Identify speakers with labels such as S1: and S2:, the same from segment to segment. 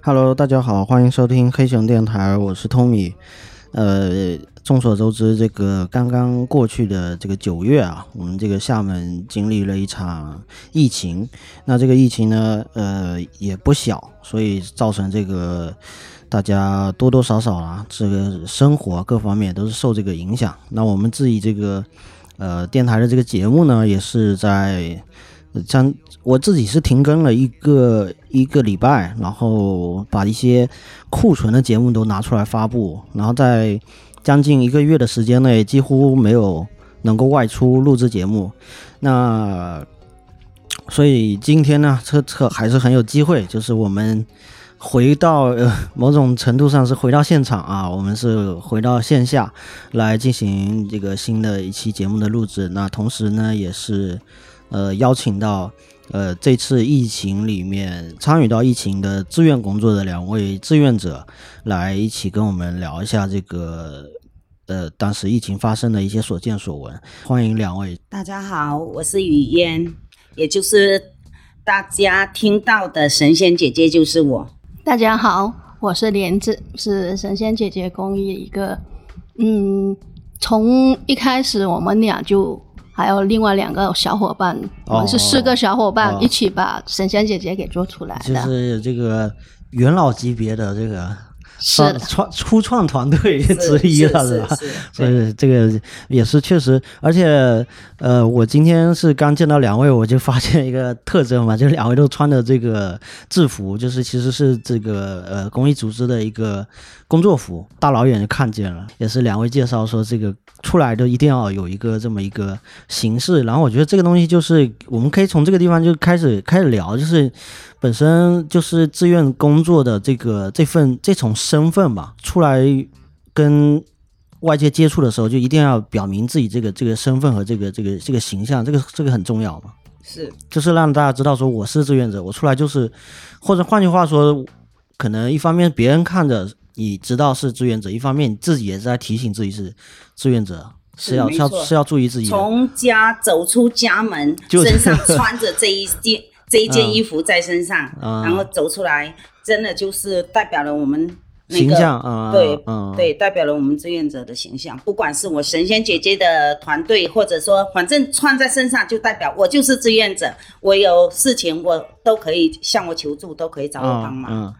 S1: Hello，大家好，欢迎收听黑熊电台，我是 Tommy。呃，众所周知，这个刚刚过去的这个九月啊，我们这个厦门经历了一场疫情。那这个疫情呢，呃，也不小，所以造成这个大家多多少少啊，这个生活各方面都是受这个影响。那我们自己这个呃电台的这个节目呢，也是在呃将我自己是停更了一个一个礼拜，然后把一些库存的节目都拿出来发布，然后在将近一个月的时间内，几乎没有能够外出录制节目。那所以今天呢，这这还是很有机会，就是我们回到 呃某种程度上是回到现场啊，我们是回到线下来进行这个新的一期节目的录制。那同时呢，也是呃邀请到呃，这次疫情里面参与到疫情的志愿工作的两位志愿者，来一起跟我们聊一下这个呃当时疫情发生的一些所见所闻。欢迎两位。
S2: 大家好，我是雨嫣，也就是大家听到的神仙姐姐就是我。
S3: 大家好，我是莲子，是神仙姐姐公益一个，嗯，从一开始我们俩就还有另外两个小伙伴，我们是四个小伙伴
S1: 哦
S3: 一起把神仙姐姐给做出来
S1: 就
S3: 的，
S1: 是这个元老级别的这个
S3: 是
S1: 创
S3: 的
S1: 创初创团队 之一了，是吧？
S2: 是是
S1: 所以呃这个也是确实，而且呃，我今天是刚见到两位，我就发现一个特征嘛，就是两位都穿的这个制服，就是其实是这个呃公益组织的一个工作服，大老远就看见了。也是两位介绍说，这个出来都一定要有一个这么一个形式。然后我觉得这个东西就是我们可以从这个地方就开始开始聊，就是本身就是志愿工作的这个这份这种身份吧，出来跟外界接触的时候，就一定要表明自己这个这个身份和这个这个这个形象，这个这个很重要嘛，
S2: 是
S1: 就是让大家知道说我是志愿者，我出来就是，或者换句话说，可能一方面别人看着你知道是志愿者，一方面你自己也是在提醒自己是志愿者，是要
S2: 没
S1: 是要
S2: 错
S1: 是要注意自己的。
S2: 从家走出家门，
S1: 就是
S2: 身上穿着这一件这一件衣服在身上，
S1: 嗯
S2: 然后走出来，真的就是代表了我们、那个。
S1: 形象啊，
S2: 对
S1: 嗯，嗯，
S2: 对，代表了我们志愿者的形象。不管是我神仙姐姐的团队，或者说反正穿在身上就代表我就是志愿者，我有事情我都可以向我求助，都可以找我帮忙。
S1: 嗯，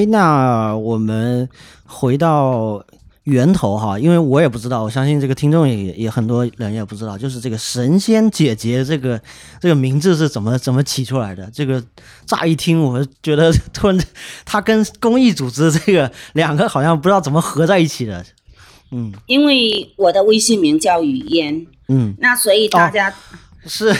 S1: 哎、那我们回到源头哈，因为我也不知道，我相信这个听众也也很多人也不知道，就是这个“神仙姐姐”这个这个名字是怎么怎么起出来的？这个乍一听，我觉得突然它跟公益组织这个两个好像不知道怎么合在一起的。嗯
S2: 因为我的微信名叫雨嫣，
S1: 嗯，
S2: 那所以大家、
S1: 是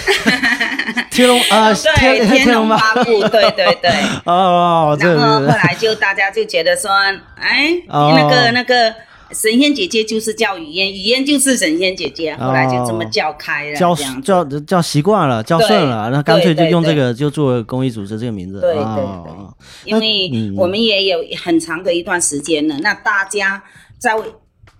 S1: 天龙啊、
S2: 哦对
S1: 天
S2: 天
S1: 龙
S2: 龙八部，对对 对。
S1: 哦，这
S2: 然后后来就大家就觉得说，哎，
S1: 哦
S2: 那个那个神仙姐姐就是叫雨嫣，雨嫣就是神仙姐姐，后来就这么叫开了，
S1: 哦叫
S2: 这样子
S1: 叫叫习惯了，叫
S2: 对
S1: 顺了，那干脆就
S2: 对对
S1: 用这
S2: 对
S1: 个就做公益组织这个名字。
S2: 对对
S1: 哦
S2: 对
S1: 哦
S2: 因为我们也有很长的一段时间了。那大家在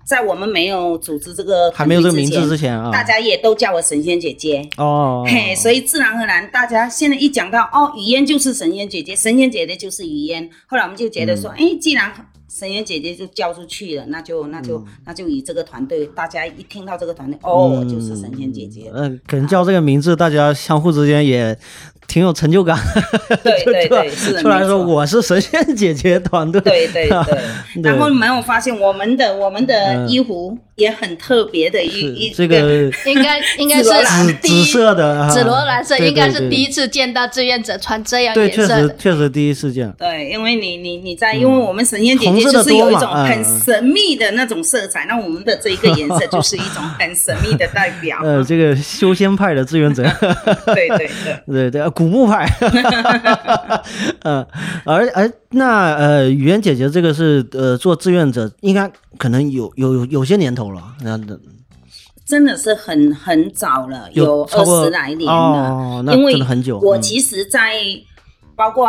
S2: 在我们没有组织这个
S1: 还没有这个名字
S2: 团
S1: 之
S2: 队之
S1: 前啊，
S2: 大家也都叫我神仙姐姐。
S1: 哦，
S2: 嘿，所以自然而然，大家现在一讲到哦，雨嫣就是神仙姐姐，神仙姐姐就是雨嫣。后来我们就觉得说，哎、
S1: 嗯
S2: 既然神仙姐姐就交出去了，那就那
S1: 嗯
S2: 就、那就以这个团队，大家一听到这个团队，哦，我就是神仙 姐姐。
S1: 嗯，可能叫这个名字，大家相互之间也挺有成就感。
S2: 对对对，是
S1: 就
S2: 的，
S1: 出来
S2: 没
S1: 说
S2: 错
S1: 我是神仙姐姐团队。
S2: 对 对
S1: 对
S2: 对，然后你们有发现我们的我们的
S1: 嗯
S2: 衣服也很特别的一
S1: 是
S2: 一
S1: 这个
S3: 应 该应该
S2: 紫罗
S1: 紫
S3: 是第
S1: 紫
S3: 一
S1: 色的啊，
S3: 紫罗兰色，
S1: 对
S3: 应该
S1: 对
S3: 是
S1: 对
S3: 第一次见到志愿者穿这样
S1: 对，
S3: 颜
S1: 确
S3: 色
S1: 实
S3: 的，
S1: 确实第一次见。
S2: 对，因为你你你在，因为我们神仙姐
S1: 嗯红
S2: 姐
S1: 色的
S2: 就是有一
S1: 多嘛
S2: 种
S1: 嗯
S2: 很神秘的那种色彩，那我们的这一个颜色就是一种很神秘的代 表。
S1: 呃，这个修仙派的志愿者。
S2: 对对
S1: 对
S2: 对，
S1: 对，古墓派， 呃，而而那呃，语言姐姐这个是呃做志愿者，应该可能有有有有些年头了，那
S2: 真的是很很早了，
S1: 有超
S2: 二
S1: 过
S2: 十来年
S1: 哦
S2: 了，
S1: 那
S2: 因为
S1: 真的很久
S2: 我
S1: 嗯
S2: 其实，在包括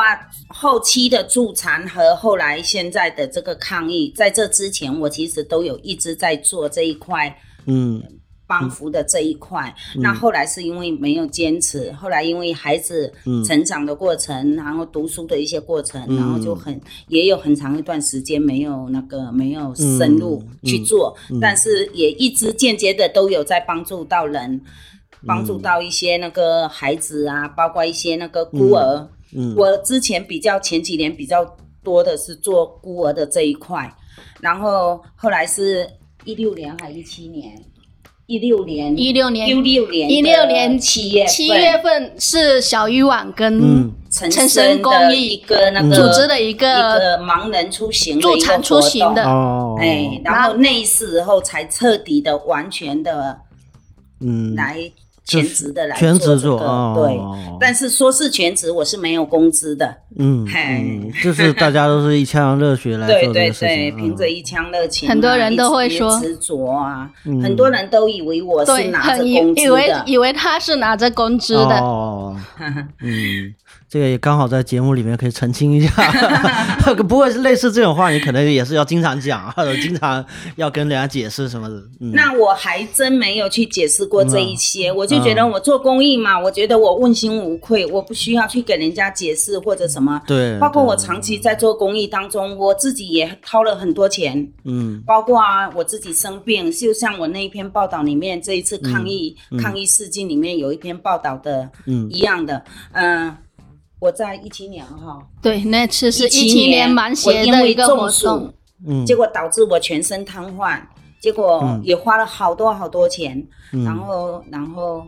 S2: 后期的助产和后来现在的这个抗议，在这之前，我其实都有一直在做这一块
S1: 嗯
S2: 帮扶的这一块。那后来是因为没有坚持，后来因为孩子成长的过程，然后读书的一些过程，然后就很也有很长一段时间没有那个没有深入去做，但是也一直间接的都有在帮助到人，帮助到一些那个孩子啊，包括一些那个孤儿。
S1: 嗯
S2: 我之前比较前几年比较多的是做孤儿的这一块，然后后来是一六年还一七年，一六年
S3: 一六年
S2: 一六年
S3: 一六年
S2: 七月
S3: 七月份是小鱼网
S1: 嗯
S3: 跟
S2: 陈
S3: 陈
S2: 生
S3: 生公
S2: 的
S3: 益
S2: 一个那个
S3: 组织的一
S2: 一
S3: 个
S2: 个盲人出行的
S3: 助
S2: 一个
S3: 产出
S2: 活
S3: 行
S2: 动
S3: 的
S1: 哦，
S2: 哎，然后那时候才彻底的完全的
S1: 嗯，
S2: 来
S1: 就
S2: 全
S1: 是
S2: 职的来
S1: 全
S2: 做
S1: 职
S2: 这
S1: 做，
S2: 个，对。
S1: 哦
S2: 但是说是全职，我是没有工资的。
S1: 嗯
S2: 嘿
S1: 嗯，就是大家都是一腔热血来
S2: 对
S1: 做这
S2: 对
S1: 个事情，
S2: 对，
S1: 嗯
S2: 凭着一腔热情啊，
S3: 很多人都会
S2: 一直
S3: 说
S2: 执着啊，
S1: 嗯
S2: 很多人都以为我是
S3: 对，
S2: 拿着
S3: 很以
S2: 工资
S3: 以为
S2: 的，
S3: 以为他是拿着工资的，
S1: 哦，嗯，这个也刚好在节目里面可以澄清一下。不过类似这种话，你可能也是要经常讲，或者经常要跟人家解释什么的。嗯，
S2: 那我还真没有去解释过这一些，我就觉得
S1: 嗯
S2: 我做公益嘛，我觉得我问心无愧，我不需要去给人家解释或者什么。
S1: 对，
S2: 包括我
S1: 对
S2: 长期在做公益当中，我自己也掏了很多钱，
S1: 嗯
S2: 包括啊我自己生病，就像我那一篇报道里面，这一次抗议、抗议事件里面有一篇报道的，
S1: 嗯
S2: 一样的，嗯、我在一七年哈，
S3: 对，那次是
S2: 17
S3: 一七年盲
S2: 我
S3: 协
S2: 因
S3: 的一
S2: 为
S3: 个活
S2: 中
S3: 动
S2: 暑，，
S1: 嗯，
S2: 结果导致我全身瘫痪，结果也花了好多好多钱，
S1: 嗯
S2: 然后然后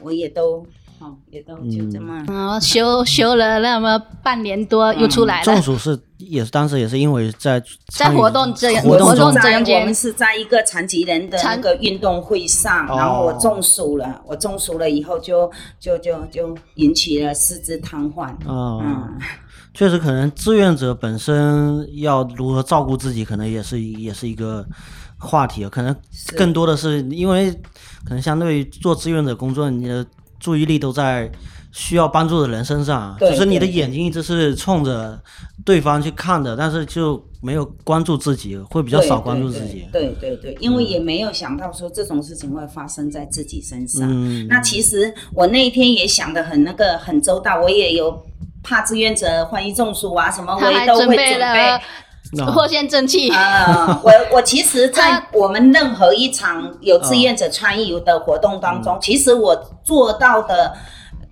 S2: 我也都，哦，也都就这
S1: 嗯
S2: 么。
S3: 然后休休了那么半年多，又出来
S1: 嗯中
S3: 了。
S1: 暑是也是当时也是因为在
S3: 在
S1: 参与
S3: 活动这样
S1: 活
S2: 我
S1: 动
S2: 是
S1: 中
S3: 中这
S2: 在
S3: 样间
S2: 我们是在一个残疾人的那
S3: 残
S2: 个运动会上，
S1: 哦
S2: 然后我中暑了，我中暑了以后就就就就引起了四肢瘫痪。
S1: 啊、
S2: 嗯，
S1: 确实可能志愿者本身要如何照顾自己，可能也是也是一个话题，可能更多的是因为可能相对于做志愿者工作，你的注意力都在。需要帮助的人身上，啊
S2: 对
S1: 就是你的
S2: 对对
S1: 眼睛一直是冲着对方去看的，但是就没有关注自己，会比较少关注自己。嗯
S2: 对对对对对，因为也没有想到说这种事情会发生在自己身上。
S1: 嗯
S2: 那其实我那一天也想的很那个很周到，我也有怕志愿者万一中暑啊什么，我
S3: 他
S2: 也
S3: 还
S2: 都会准
S3: 准备了 藿香正气，
S2: 啊，我我其实，在
S3: 他
S2: 我们任何一场有志愿者参与的活动当
S1: 嗯
S2: 中，其实我做到的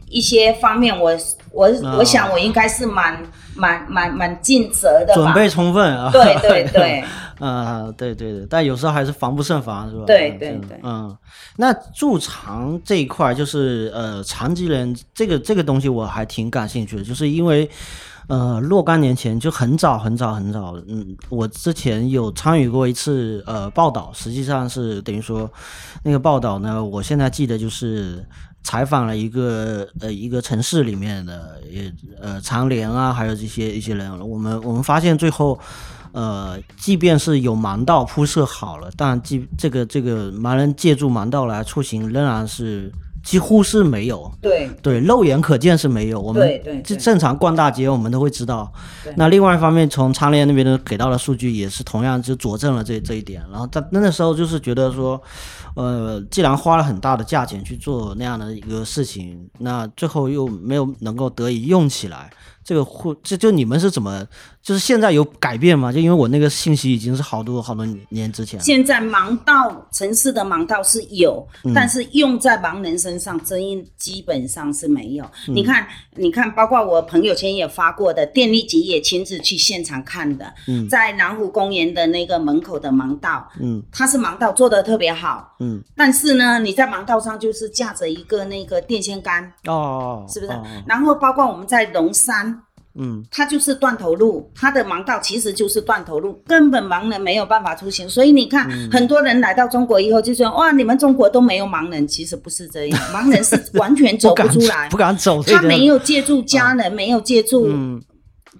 S2: 一些方面，我我、
S1: 嗯
S2: 我想我应该是蛮蛮蛮蛮尽责的
S1: 准
S2: 吧。
S1: 备充分啊。
S2: 对对 对，
S1: 啊、对对对，但有时候还是防不胜防，是吧？
S2: 对
S1: 嗯
S2: 对
S1: 真的
S2: 对
S1: 嗯，那驻长这一块儿就是呃，残疾人这个这个东西我还挺感兴趣的，就是因为呃，若干年前就很早很早很早，嗯，我之前有参与过一次呃报道，实际上是等于说那个报道呢，我现在记得就是。采访了一个呃一个城市里面的也呃长联啊，还有这些一些人，我们我们发现最后呃，即便是有盲道铺设好了，但即这个这个盲人借助盲道来出行，仍然是几乎是没有。
S2: 对
S1: 对，肉眼可见是没有。我们
S2: 对对
S1: 这
S2: 对
S1: 正常逛大街，我们都会知道
S2: 对。
S1: 那另外一方面，从长联那边的给到的数据也是同样就佐证了这这一点。然后在那时候就是觉得说，呃，既然花了很大的价钱去做那样的一个事情，那最后又没有能够得以用起来，这个会这就你们是怎么？就是现在有改变吗？就因为我那个信息已经是好多好多年之前了。
S2: 现在盲道城市的盲道是有，
S1: 嗯
S2: 但是用在盲人身上，真基本上是没有。
S1: 嗯
S2: 你看，你看，包括我朋友圈也发过的，电力局也亲自去现场看的，在南湖公园的那个门口的盲道，
S1: 嗯
S2: 它是盲道做的特别好，
S1: 嗯
S2: 但是呢，你在盲道上就是架着一个那个电线杆，
S1: 哦，
S2: 是不是？
S1: 哦
S2: 然后包括我们在龙山，
S1: 嗯
S2: 它就是断头路，它的盲道其实就是断头路，根本盲人没有办法出行。所以你看，
S1: 嗯
S2: 很多人来到中国以后就说：“哇，你们中国都没有盲人。”其实不是这样，盲人是完全走
S1: 不敢
S2: 出来
S1: 不，敢走这啊嗯
S2: 他
S1: 个。
S2: 没有借助家人，没有借助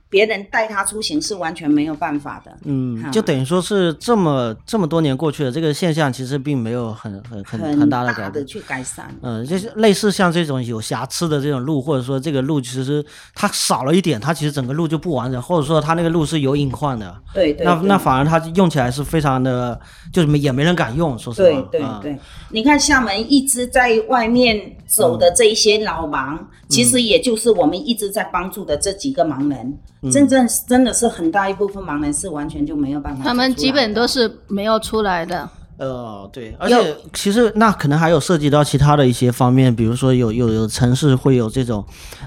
S2: 别人带他出行是完全没有办法的。
S1: 嗯，
S2: 哈
S1: 就等于说是这么这么多年过去了，这个现象其实并没有很很很
S2: 很
S1: 嗯很大的
S2: 的
S1: 改变。
S2: 去改善，
S1: 嗯，就是类似像这种有瑕疵的这种路，或者说这个路其实它少了一点，它其实整个路就不完整，或者说它那个路是有隐患的。
S2: 对对
S1: 那
S2: 对
S1: 那反而它用起来是非常的，就是没也没人敢用，说实
S2: 对
S1: 话。
S2: 对
S1: 嗯
S2: 对，你看厦门一直在外面走的这一些老盲，
S1: 嗯
S2: 其实也就是我们一直在帮助的这几个盲人，
S1: 嗯
S2: 真正真的是很大一部分盲人是完全就没有办法走出来的。
S3: 他们基本都是没有出来的。
S1: 呃，对，而
S2: 要
S1: 且其实那可能还有涉及到其他的一些方面，比如说有有有城市会有这种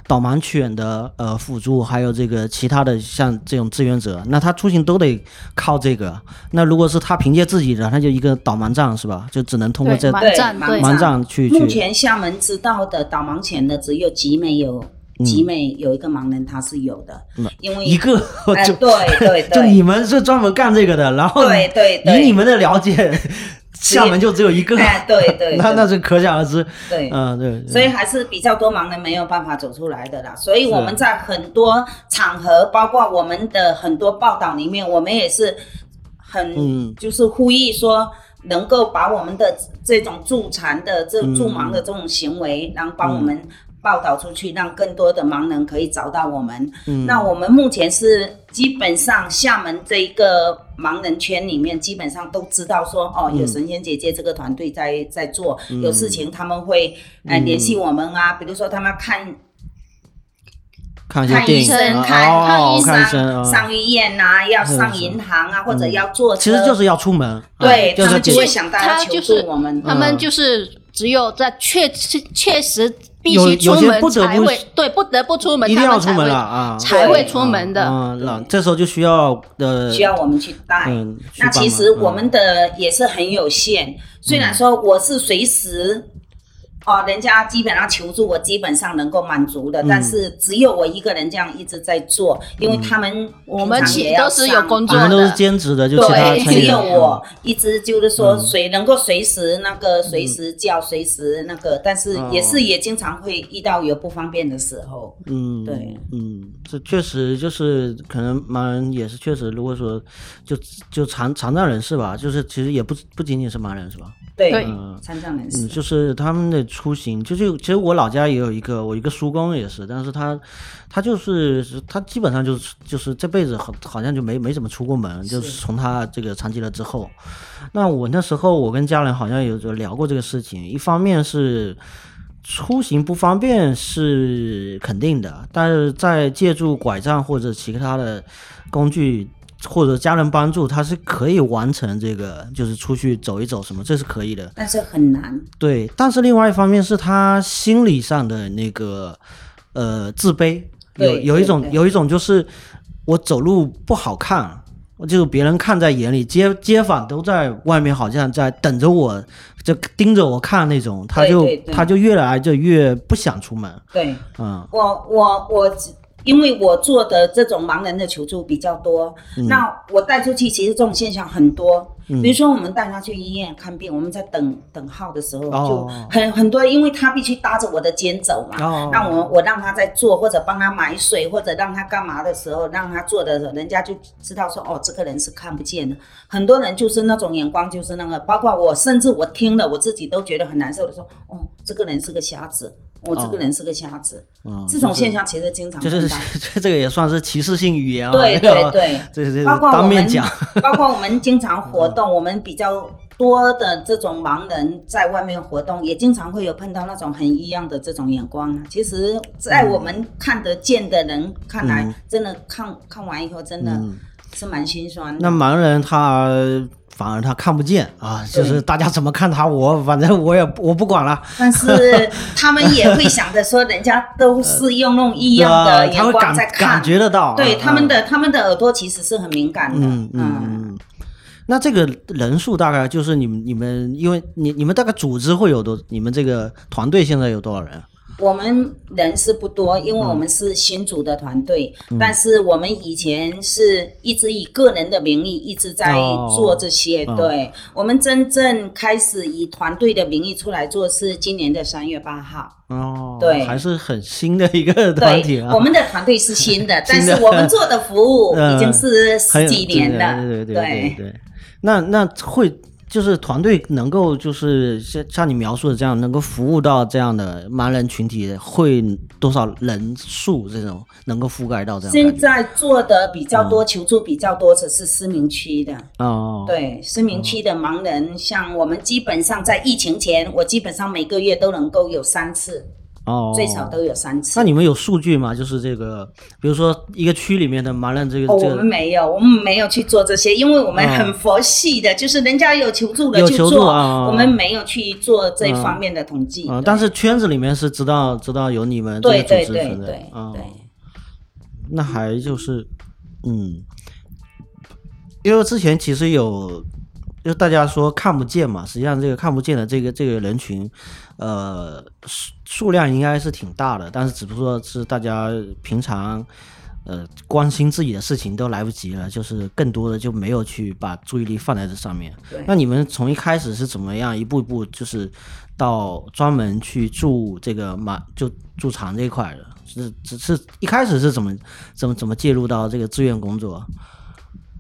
S1: 导盲犬的呃辅助，还有这个其他的像这种志愿者，那他出行都得靠这个。那如果是他凭借自己的，他就一个导盲杖是吧？就只能通过
S3: 对，
S1: 这
S2: 对
S3: 盲站
S2: 盲
S3: 对
S1: 盲杖去
S2: 目
S1: 去。
S2: 前厦门知道的导盲犬的只有集美有，集美有一个盲人他是有的，因为
S1: 嗯一个
S2: 哎
S1: 就、
S2: 对对
S1: 就
S2: 对
S1: 你们是专门干这个的，然后
S2: 对对对，
S1: 以你们的了解，厦门就只有一个，
S2: 哎对对对
S1: 那那是可想而知。
S2: 对。
S1: 嗯，对，对
S2: 所以还是比较多盲人没有办法走出来的啦。所以我们在很多场合，包括我们的很多报道里面，我们也是很、
S1: 嗯
S2: 就是呼吁说，能够把我们的这种助残的、这助盲的这种行为，然后帮我们
S1: 嗯
S2: 报道出去，让更多的盲人可以找到我们。
S1: 嗯
S2: 那我们目前是基本上厦门这一个盲人圈里面，基本上都知道说，哦，
S1: 嗯
S2: 有神仙姐姐这个团队在在做，有事情他们会
S1: 嗯
S2: 呃联系我们啊，比如说他们要看
S1: 看一些
S2: 看
S1: 电
S2: 医
S1: 影
S2: 生、
S1: 啊
S2: 看
S1: 哦
S2: 看
S1: 看
S2: 医
S1: 医生
S2: 生、
S1: 啊
S2: 上医院呐，要
S1: 是
S2: 上
S1: 是
S2: 银行啊，或者要坐车，
S1: 其实就是要出门，
S2: 对
S1: 嗯就
S2: 他
S1: 是
S2: 们
S1: 解
S2: 就
S1: 决
S2: 会想到
S3: 他
S2: 要求
S3: 就
S2: 助
S3: 是
S2: 我们。
S1: 嗯
S2: 啊
S3: 他们就是只有在确确确实必
S1: 有
S3: 须
S1: 有
S3: 出
S1: 些
S3: 门
S1: 不得
S3: 才
S1: 不
S3: 会，对，不得不出门，
S1: 一定
S3: 他
S1: 要
S3: 们
S1: 出
S3: 才
S1: 门
S3: 会
S1: 了啊，
S3: 才会出门的。
S1: 嗯，那这时候就需要呃，
S2: 需要我们去带。
S1: 嗯去
S2: 那
S1: 帮
S2: 其
S1: 忙
S2: 实
S1: 嗯
S2: 我们的也是很有限，虽然说我是随时。哦，人家基本上求助我，基本上能够满
S1: 嗯
S2: 足的，但是只有我一个人这样一直在做，因为他们我
S3: 我们其都是有工
S1: 你
S3: 作
S1: 们都是
S3: 的，
S1: 兼嗯职的，就其他啊
S2: 对，
S1: 成
S2: 只
S1: 员
S2: 有我一直就是
S1: 嗯
S2: 说谁能够随时那个随时叫随时那个，但是也是也经常会遇到有不方便的时候，
S1: 哦嗯，
S2: 对
S1: 嗯，这确实就是可能盲人也是确实，如果说就就残残障人士吧，就是其实也不不仅仅是盲人是吧？
S2: 对
S3: 对，
S2: 残障人
S1: 嗯，
S2: 士，
S1: 就是他们的出行，就是其实我老家也有一个，我一个叔公也是，但是他他就是他基本上就是就是这辈子好好像就没没怎么出过门，就是从他这个残疾了之后，那我那时候我跟家人好像有有聊过这个事情，一方面是。出行不方便是肯定的，但是在借助拐杖或者其他的工具或者家人帮助，他是可以完成这个，就是出去走一走什么，这是可以的。
S2: 但是很难，
S1: 对，但是另外一方面是他心理上的那个呃自卑，有
S2: 对
S1: 有一
S2: 对
S1: 种
S2: 对
S1: 有一种就是我走路不好看，我就别人看在眼里，街街坊都在外面好像在等着我，就盯着我看那种，他
S2: 对
S1: 就
S2: 对对
S1: 他就越来就越不想出门，
S2: 对。
S1: 嗯
S2: 我我我，因为我做的这种盲人的求助比较多，
S1: 嗯
S2: 那我带出去其实这种现象很多。比如说，我们带他去医院看病，我们在等等号的时候，
S1: 哦
S2: 就很很多，因为他必须搭着我的肩走嘛。
S1: 哦
S2: 那我我让他在做，或者帮他买水，或者让他干嘛的时候，让他做的时候，人家就知道说，哦，这个人是看不见的。很多人就是那种眼光，就是那个，包括我，甚至我听了我自己都觉得很难受的，说，哦，这个人是个瞎子，我、这
S1: 哦
S2: 个人是个瞎子。
S1: 嗯，
S2: 这种
S1: 就是
S2: 现象其实经常
S1: 就
S2: 看
S1: 是
S2: 到。
S1: 这这个也算是歧视性语言啊，
S2: 对
S1: 这个
S2: 对对
S1: 这这
S2: 包括
S1: 当
S2: 我们
S1: 面讲，，嗯
S2: 包括我们经常活动，我们比较多的这种盲人在外面活动，也经常会有碰到那种很异样的这种眼光。啊其实，在
S1: 嗯
S2: 我们看得见的人看来，真的看看完以后，真的是蛮心酸
S1: 嗯那
S2: 的。
S1: 盲人他反而他看不见啊，就是大家怎么看他，我反正我也我不管了，
S2: 但是他们也会想着说，人家 都是用那种异
S1: 呃对吧？他
S2: 样的眼
S1: 会
S2: 光
S1: 感
S2: 在
S1: 感
S2: 看，
S1: 觉得到啊，
S2: 对他们
S1: 嗯。
S2: 的他们的耳朵其实是很敏感的。
S1: 嗯嗯嗯。那这个人数大概就是你们你们，因为你你们大概组织会有多？你们这个团队现在有多少人？
S2: 我们人是不多，因为我们是新组的团队，但是我们以前是一直以个人的名义一直在
S1: 哦
S2: 做这些。
S1: 嗯
S2: 对，我们真正开始以团队的名义出来做是今年的三月八号。
S1: 哦，
S2: 对
S1: 还是很新的一个团体
S2: 对，
S1: 啊。
S2: 我们的团队是新的，
S1: 新
S2: 但
S1: 的
S2: 是我们做的服务已经是
S1: 很
S2: 十
S1: 有
S2: 几年了。
S1: 对对对对对。那那会就是团队能够就是像像你描述的这样，能够服务到这样的盲人群体，会多少人数这种能够覆盖到这样的
S2: 现
S1: 感觉？
S2: 在做的比较多，求助比较多的是思明区的。
S1: 哦，
S2: 对，失明区的盲人，像我们基本上在疫情前，我基本上每个月都能够有三次，
S1: 哦，
S2: 最少都有三次。
S1: 那你们有数据吗？就是这个，比如说一个区里面的盲人这个、
S2: 哦，
S1: 这
S2: 我们
S1: 个
S2: 没有，我们没有去做这些，因为我们
S1: 嗯
S2: 很佛系的，就是人家有求助的
S1: 有
S2: 去
S1: 求助
S2: 做，
S1: 啊
S2: 我们没有去做这
S1: 嗯
S2: 方面的统计。
S1: 啊、
S2: 对
S1: 但是圈子里面是知道知道有你们这个
S2: 对对
S1: 组织
S2: 对
S1: 存在
S2: 对
S1: 啊、
S2: 对。
S1: 那还就是，嗯，因为之前其实有，就大家说看不见嘛，实际上这个看不见的这个这个人群，呃，数数量应该是挺大的，但是只不过是大家平常。呃，关心自己的事情都来不及了，就是更多的就没有去把注意力放在这上面
S2: 对。
S1: 那你们从一开始是怎么样一步一步就是到专门去驻这个马就驻场这一块的？是只是一开始是怎么怎么怎么介入到这个志愿工作？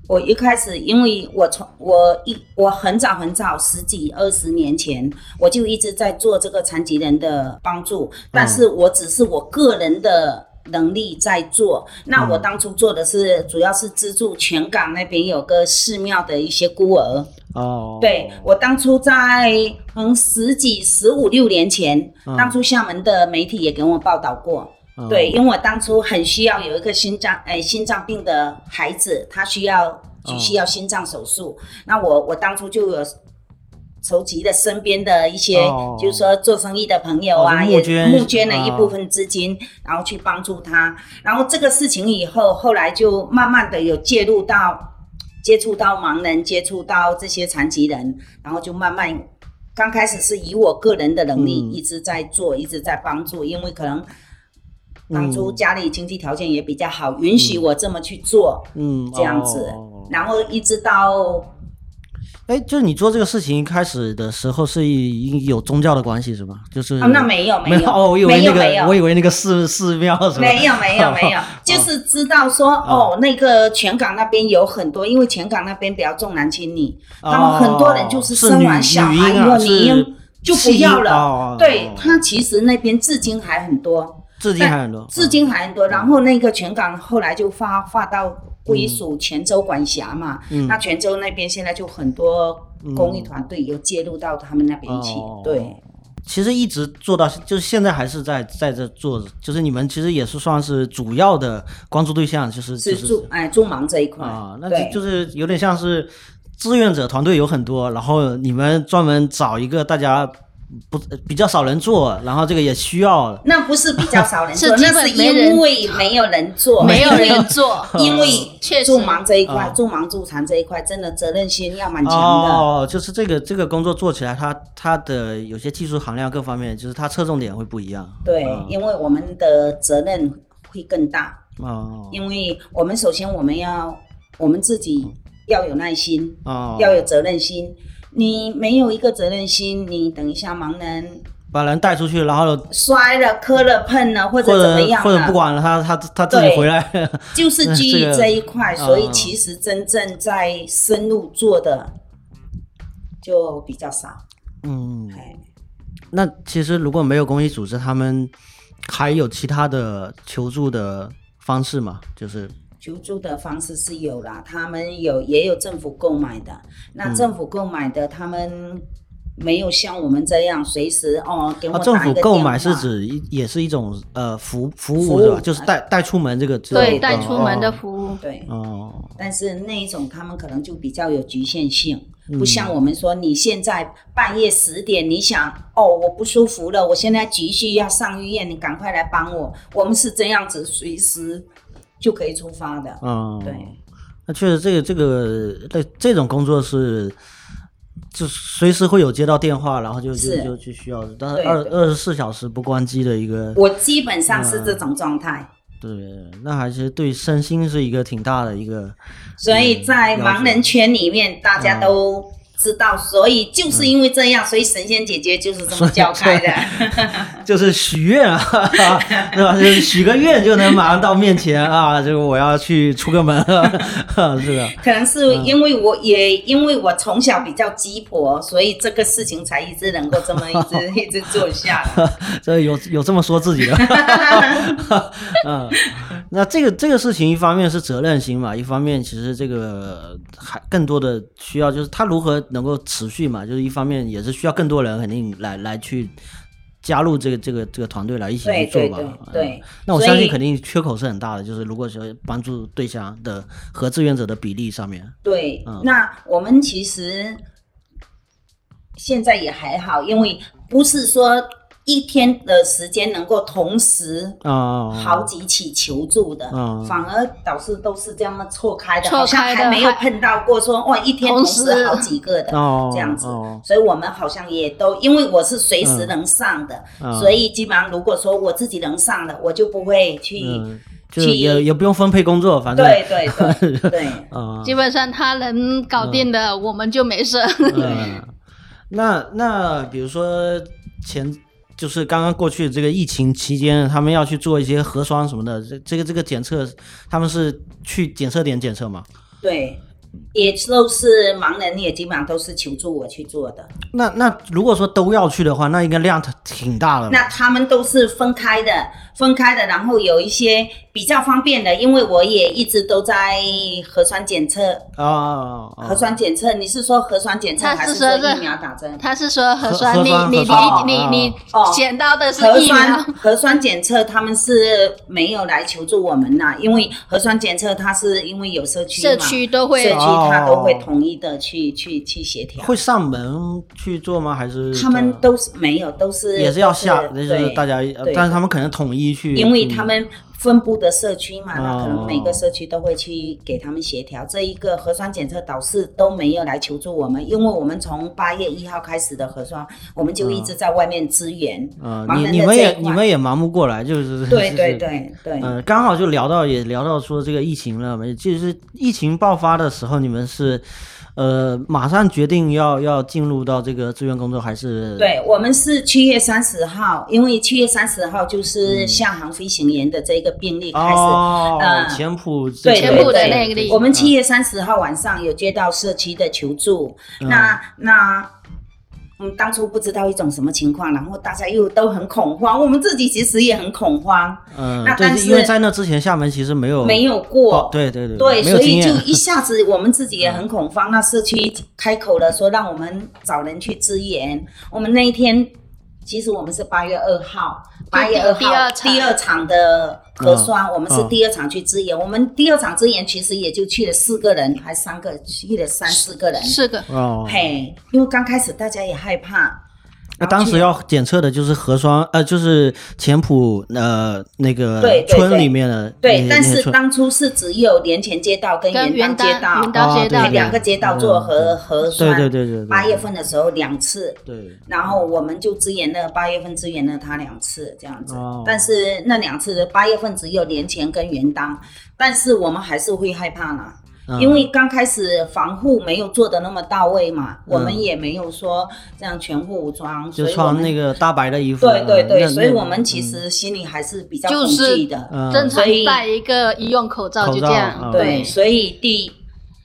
S2: 我一开始，因为我从我一我很早很早十几二十年前，我就一直在做这个残疾人的帮助，但是我只是我个人的。能力在做，那我当初做的是主要是资助全港那边有个寺庙的一些孤儿，
S1: 哦，
S2: 对我当初在嗯十几十五六年前，当初厦门的媒体也给我报道过。
S1: 嗯
S2: 对，因为我当初很需要有一个心脏，哎，心脏病的孩子，他需要
S1: 嗯
S2: 急需要心脏手术。那我我当初就有筹集了身边的一些，
S1: 哦
S2: 就是说做生意的朋友
S1: 哦
S2: 啊，
S1: 就募
S2: 也
S1: 捐
S2: 募捐了一
S1: 啊
S2: 部分资金，然后去帮助他。然后这个事情以后，后来就慢慢的有介入到接触到盲人，接触到这些残疾人，然后就慢慢，刚开始是以我个人的能力
S1: 嗯
S2: 一直在做，一直在帮助，因为可能当初
S1: 嗯
S2: 家里经济条件也比较好，允许我这么去做，
S1: 嗯，
S2: 这样子
S1: 哦
S2: 然后一直到
S1: 哎，就是你做这个事情一开始的时候是以有宗教的关系是吗？就是、
S2: 啊，那没有
S1: 没
S2: 有，
S1: 哦，我以为
S2: 没有
S1: 那
S2: 没
S1: 个，我
S2: 有。
S1: 以为那个寺寺庙是吧？，
S2: 没有没有没有 就是知道说
S1: 嗯
S2: 哦，那个全港那边有很多，因为全港那边比较重男轻女，
S1: 哦
S2: 他们很多人就是生完
S1: 是
S2: 小
S1: 女
S2: 孩
S1: 女
S2: 以
S1: 婴啊
S2: 后，女
S1: 是
S2: 婴就不要
S1: 弃婴哦
S2: 了。对他其实那边至今还很多，
S1: 至今还很多，
S2: 至今还
S1: 嗯
S2: 很多。然后那个全港后来就发发到归
S1: 嗯
S2: 属泉州管辖嘛，那泉州那边现在就很多公益团队有介入到他们那边去
S1: 嗯哦，
S2: 对。
S1: 其实一直做到，就是现在还是在在这做，就是你们其实也是算是主要的关注对象，就是
S2: 是
S1: 就是
S2: 助哎助盲这一块
S1: 啊，那
S2: 对
S1: 就就是有点像是志愿者团队有很多，然后你们专门找一个大家不比较少人做，然后这个也需要
S2: 那不是比较少人
S3: 是
S2: 做，
S3: 基
S2: 那
S3: 本
S2: 是
S3: 没人
S2: 因为没有人做，
S3: 没有人 做，
S2: 因为
S3: 确实
S2: 助盲这一块
S1: 啊，
S2: 助盲助残这一块，真的责任心要蛮强的。
S1: 哦，就是这个这个工作做起来它，它的有些技术含量各方面，就是它侧重点会不一样。
S2: 对
S1: 啊，
S2: 因为我们的责任会更大，
S1: 哦
S2: 因为我们首先我们要我们自己要有耐心，
S1: 哦，
S2: 要有责任心。你没有一个责任心，你等一下盲人
S1: 把人带出去，然后
S2: 摔了、磕了、碰了或
S1: 或
S2: 者怎么
S1: 者
S2: 样啊
S1: 或者不
S2: 了，
S1: 管了，他他他自己
S2: 对
S1: 回来。
S2: 就是基于
S1: 这个
S2: 这一块，
S1: 啊
S2: 所以其实真正在深入做的就比较少。
S1: 嗯，
S2: 哎
S1: 那其实如果没有公益组织，他们还有其他的求助的方式吗？就是
S2: 求助的方式是有啦，他们有也有政府购买的，那
S1: 嗯
S2: 政府购买的、他们没有像我们这样随时哦给我
S1: 啊，
S2: 打一个
S1: 政
S2: 电话、
S1: 府购买是指一也是一种呃服服
S2: 服
S1: 务
S2: 务
S1: 是吧？就是带带出门这个这
S3: 对
S1: 种
S3: 带出门的
S1: 哦
S3: 服务，
S2: 对，
S1: 哦，
S2: 但是那一种他们可能就比较有局限性，不像我们说你现在半夜十点你想哦我不舒服了，我现在急需要上医院，你赶快来帮我，我们是这样子随时就可以出发的，
S1: 嗯，
S2: 对。
S1: 那确实这个这个这这种工作是就随时会有接到电话，然后就就是就就需要，但是
S2: 对
S1: 二
S2: 对
S1: 二十四小时不关机的一个，
S2: 我基本上是这种状态，
S1: 对，那还是对身心是一个挺大的一 个，
S2: 所以在
S1: 嗯
S2: 盲人圈里面大家都知道，所以就是因为这样，所以神仙姐姐就是这么教开的。
S1: 就是许愿啊， 对吧？就是许个愿就能马上到面前啊，这个我要去出个门，啊 是的，
S2: 可能是
S1: 嗯
S2: 因为我也因为我从小比较鸡婆，所以这个事情才一直能够这么一 直一直做下 来。
S1: 这有有这么说自己的， 嗯，那这个这个事情一方面是责任心嘛，一方面其实这个还更多的需要就是它如何能够持续嘛，就是一方面也是需要更多人肯定来来去。加入这个这个这个团队来一起去
S2: 对
S1: 做
S2: 对
S1: 吧。
S2: 对
S1: 嗯
S2: 对，
S1: 那我
S2: 所以
S1: 相信肯定缺口是很大的，就是如果说帮助对象的和志愿者的比例上面，
S2: 对，
S1: 嗯
S2: 那我们其实现在也还好，因为不是说一天的时间能够同时。
S1: 啊，
S2: 好几起求助的，
S1: 嗯
S2: 反而导师都是这么错开的，
S3: 错
S2: 好像
S3: 开的
S2: 还没有
S3: 还
S2: 碰到过说哇一天
S3: 同
S2: 同
S3: 时
S2: 时好几个的，
S1: 哦，
S2: 这样子
S1: 哦，
S2: 所以我们好像也都，因为我是随时能上的，
S1: 嗯
S2: 所以基本上如果说我自己能上了，我就不会去，
S1: 嗯，就是
S2: 去
S1: 也也不用分配工作，反正
S2: 对对 对对，
S1: 啊，
S3: 基本上他能搞定的，我们就没事。
S1: 嗯，那那比如说前就是刚刚过去这个疫情期间，他们要去做一些核酸什么的，这这个这个检测，他们是去检测点检测嘛？
S2: 对，也都是盲人，也基本上都是求助我去做的，
S1: 那那如果说都要去的话，那应该量挺挺大的吧。
S2: 那他们都是分开的，分开的，然后有一些比较方便的，因为我也一直都在核酸检测。
S1: 啊，
S2: 核酸检测，你是说核酸检测
S3: 他
S2: 还是
S3: 是
S2: 说
S3: 说
S2: 疫
S3: 是
S2: 苗打针？
S3: 他是说核
S1: 核
S3: 酸，你
S1: 酸
S3: 你
S1: 核酸
S3: 你
S1: 哦
S3: 你你
S2: 哦
S3: 捡到的是
S2: 核
S3: 疫苗
S2: 酸，核酸检测他们是没有来求助我们啦，因为核酸检测它是因为有社区嘛
S3: 社区都
S2: 社
S3: 会
S2: 区他都会统一的去、去去协调，
S1: 哦会上门去做吗？还是
S2: 他们都是没有都是
S1: 也是要下，
S2: 都
S1: 就是是
S2: 对
S1: 大家，
S2: 对
S1: 但是他们可能统一去，
S2: 因为他们分布的社区嘛，那可
S1: 哦
S2: 能每个社区都会去给他们协调。这一个核酸检测导师都没有来求助我们，因为我们从八月一号开始的核酸，我们就一直在外面支援。
S1: 嗯，
S2: 盲
S1: 你
S2: 人
S1: 你
S2: 的
S1: 们
S2: 这一
S1: 也
S2: 块
S1: 你们也忙不过来，就是
S2: 对
S1: 是
S2: 对
S1: 是
S2: 对对，
S1: 嗯，刚好就聊到也聊到说这个疫情了嘛，就是疫情爆发的时候，你们是呃马上决定要要进入到这个志愿工作，还是
S2: 对，我们是七月三十号，因为七月三十号就是下行飞行员的这个病例开始。
S1: 哦
S2: 嗯
S1: 前埔
S2: 对
S1: 这个
S2: 前埔的
S3: 那个例子
S2: 我们七月三十号晚上有接到社区的求助，那那。嗯，当初不知道一种什么情况，然后大家又都很恐慌，我们自己其实也很恐慌，
S1: 嗯，
S2: 那
S1: 对
S2: 但
S1: 因为
S2: 是
S1: 在那之前厦门其实没有
S2: 没有过
S1: 报，哦对对对
S2: 对，
S1: 没有
S2: 所
S1: 经
S2: 以就
S1: 验，嗯
S2: 一下子我们自己也很恐慌。那社区开口了，说让我们找人去支援。我们那一天，其实我们是八月二号，八月二号
S3: 第二场
S2: 第二场的
S1: 嗯
S2: 核酸，我们是第二场去支援。我们第二场支援其实也就去了四个人，还三个，去了三四个人。
S3: 是个
S1: 哦，
S2: 嘿，因为刚开始大家也害怕。
S1: 那
S2: 然后
S1: 当
S2: 去
S1: 时要检测的就是核酸，呃，就是前埔呃那个
S2: 对对
S1: 村
S2: 对
S1: 里面的那
S2: 对
S1: 些，那
S2: 但
S1: 些
S2: 是
S1: 村
S2: 当初是只有连前街道跟
S3: 跟
S2: 元
S3: 元
S2: 街
S3: 旦
S2: 道
S3: 元旦街
S1: 哦对
S3: 道
S1: 对
S2: 两个街道做核核
S1: 对
S2: 酸。
S1: 对对对对，
S2: 八月份的时候两次，
S1: 对
S2: 然后我们就支援了八月份支援了他两次这样子，
S1: 哦
S2: 但是那两次八月份只有年前跟元当，但是我们还是会害怕呢，
S1: 嗯
S2: 因为刚开始防护没有做的那么到位嘛，我们也没有说这样全副武装，
S1: 嗯就
S2: 所以我
S1: 穿那
S2: 们
S1: 个大白的衣服，
S2: 对对
S1: 嗯那
S2: 对，所以
S1: 那
S2: 我们
S1: 嗯
S2: 其实心里还是比较
S3: 就
S2: 恐
S3: 是
S2: 惧的，
S1: 嗯
S3: 正常
S2: 所以
S3: 戴一个医用口罩就这
S1: 口罩
S3: 样，
S1: 嗯
S2: 对，
S3: 对，
S2: 所以第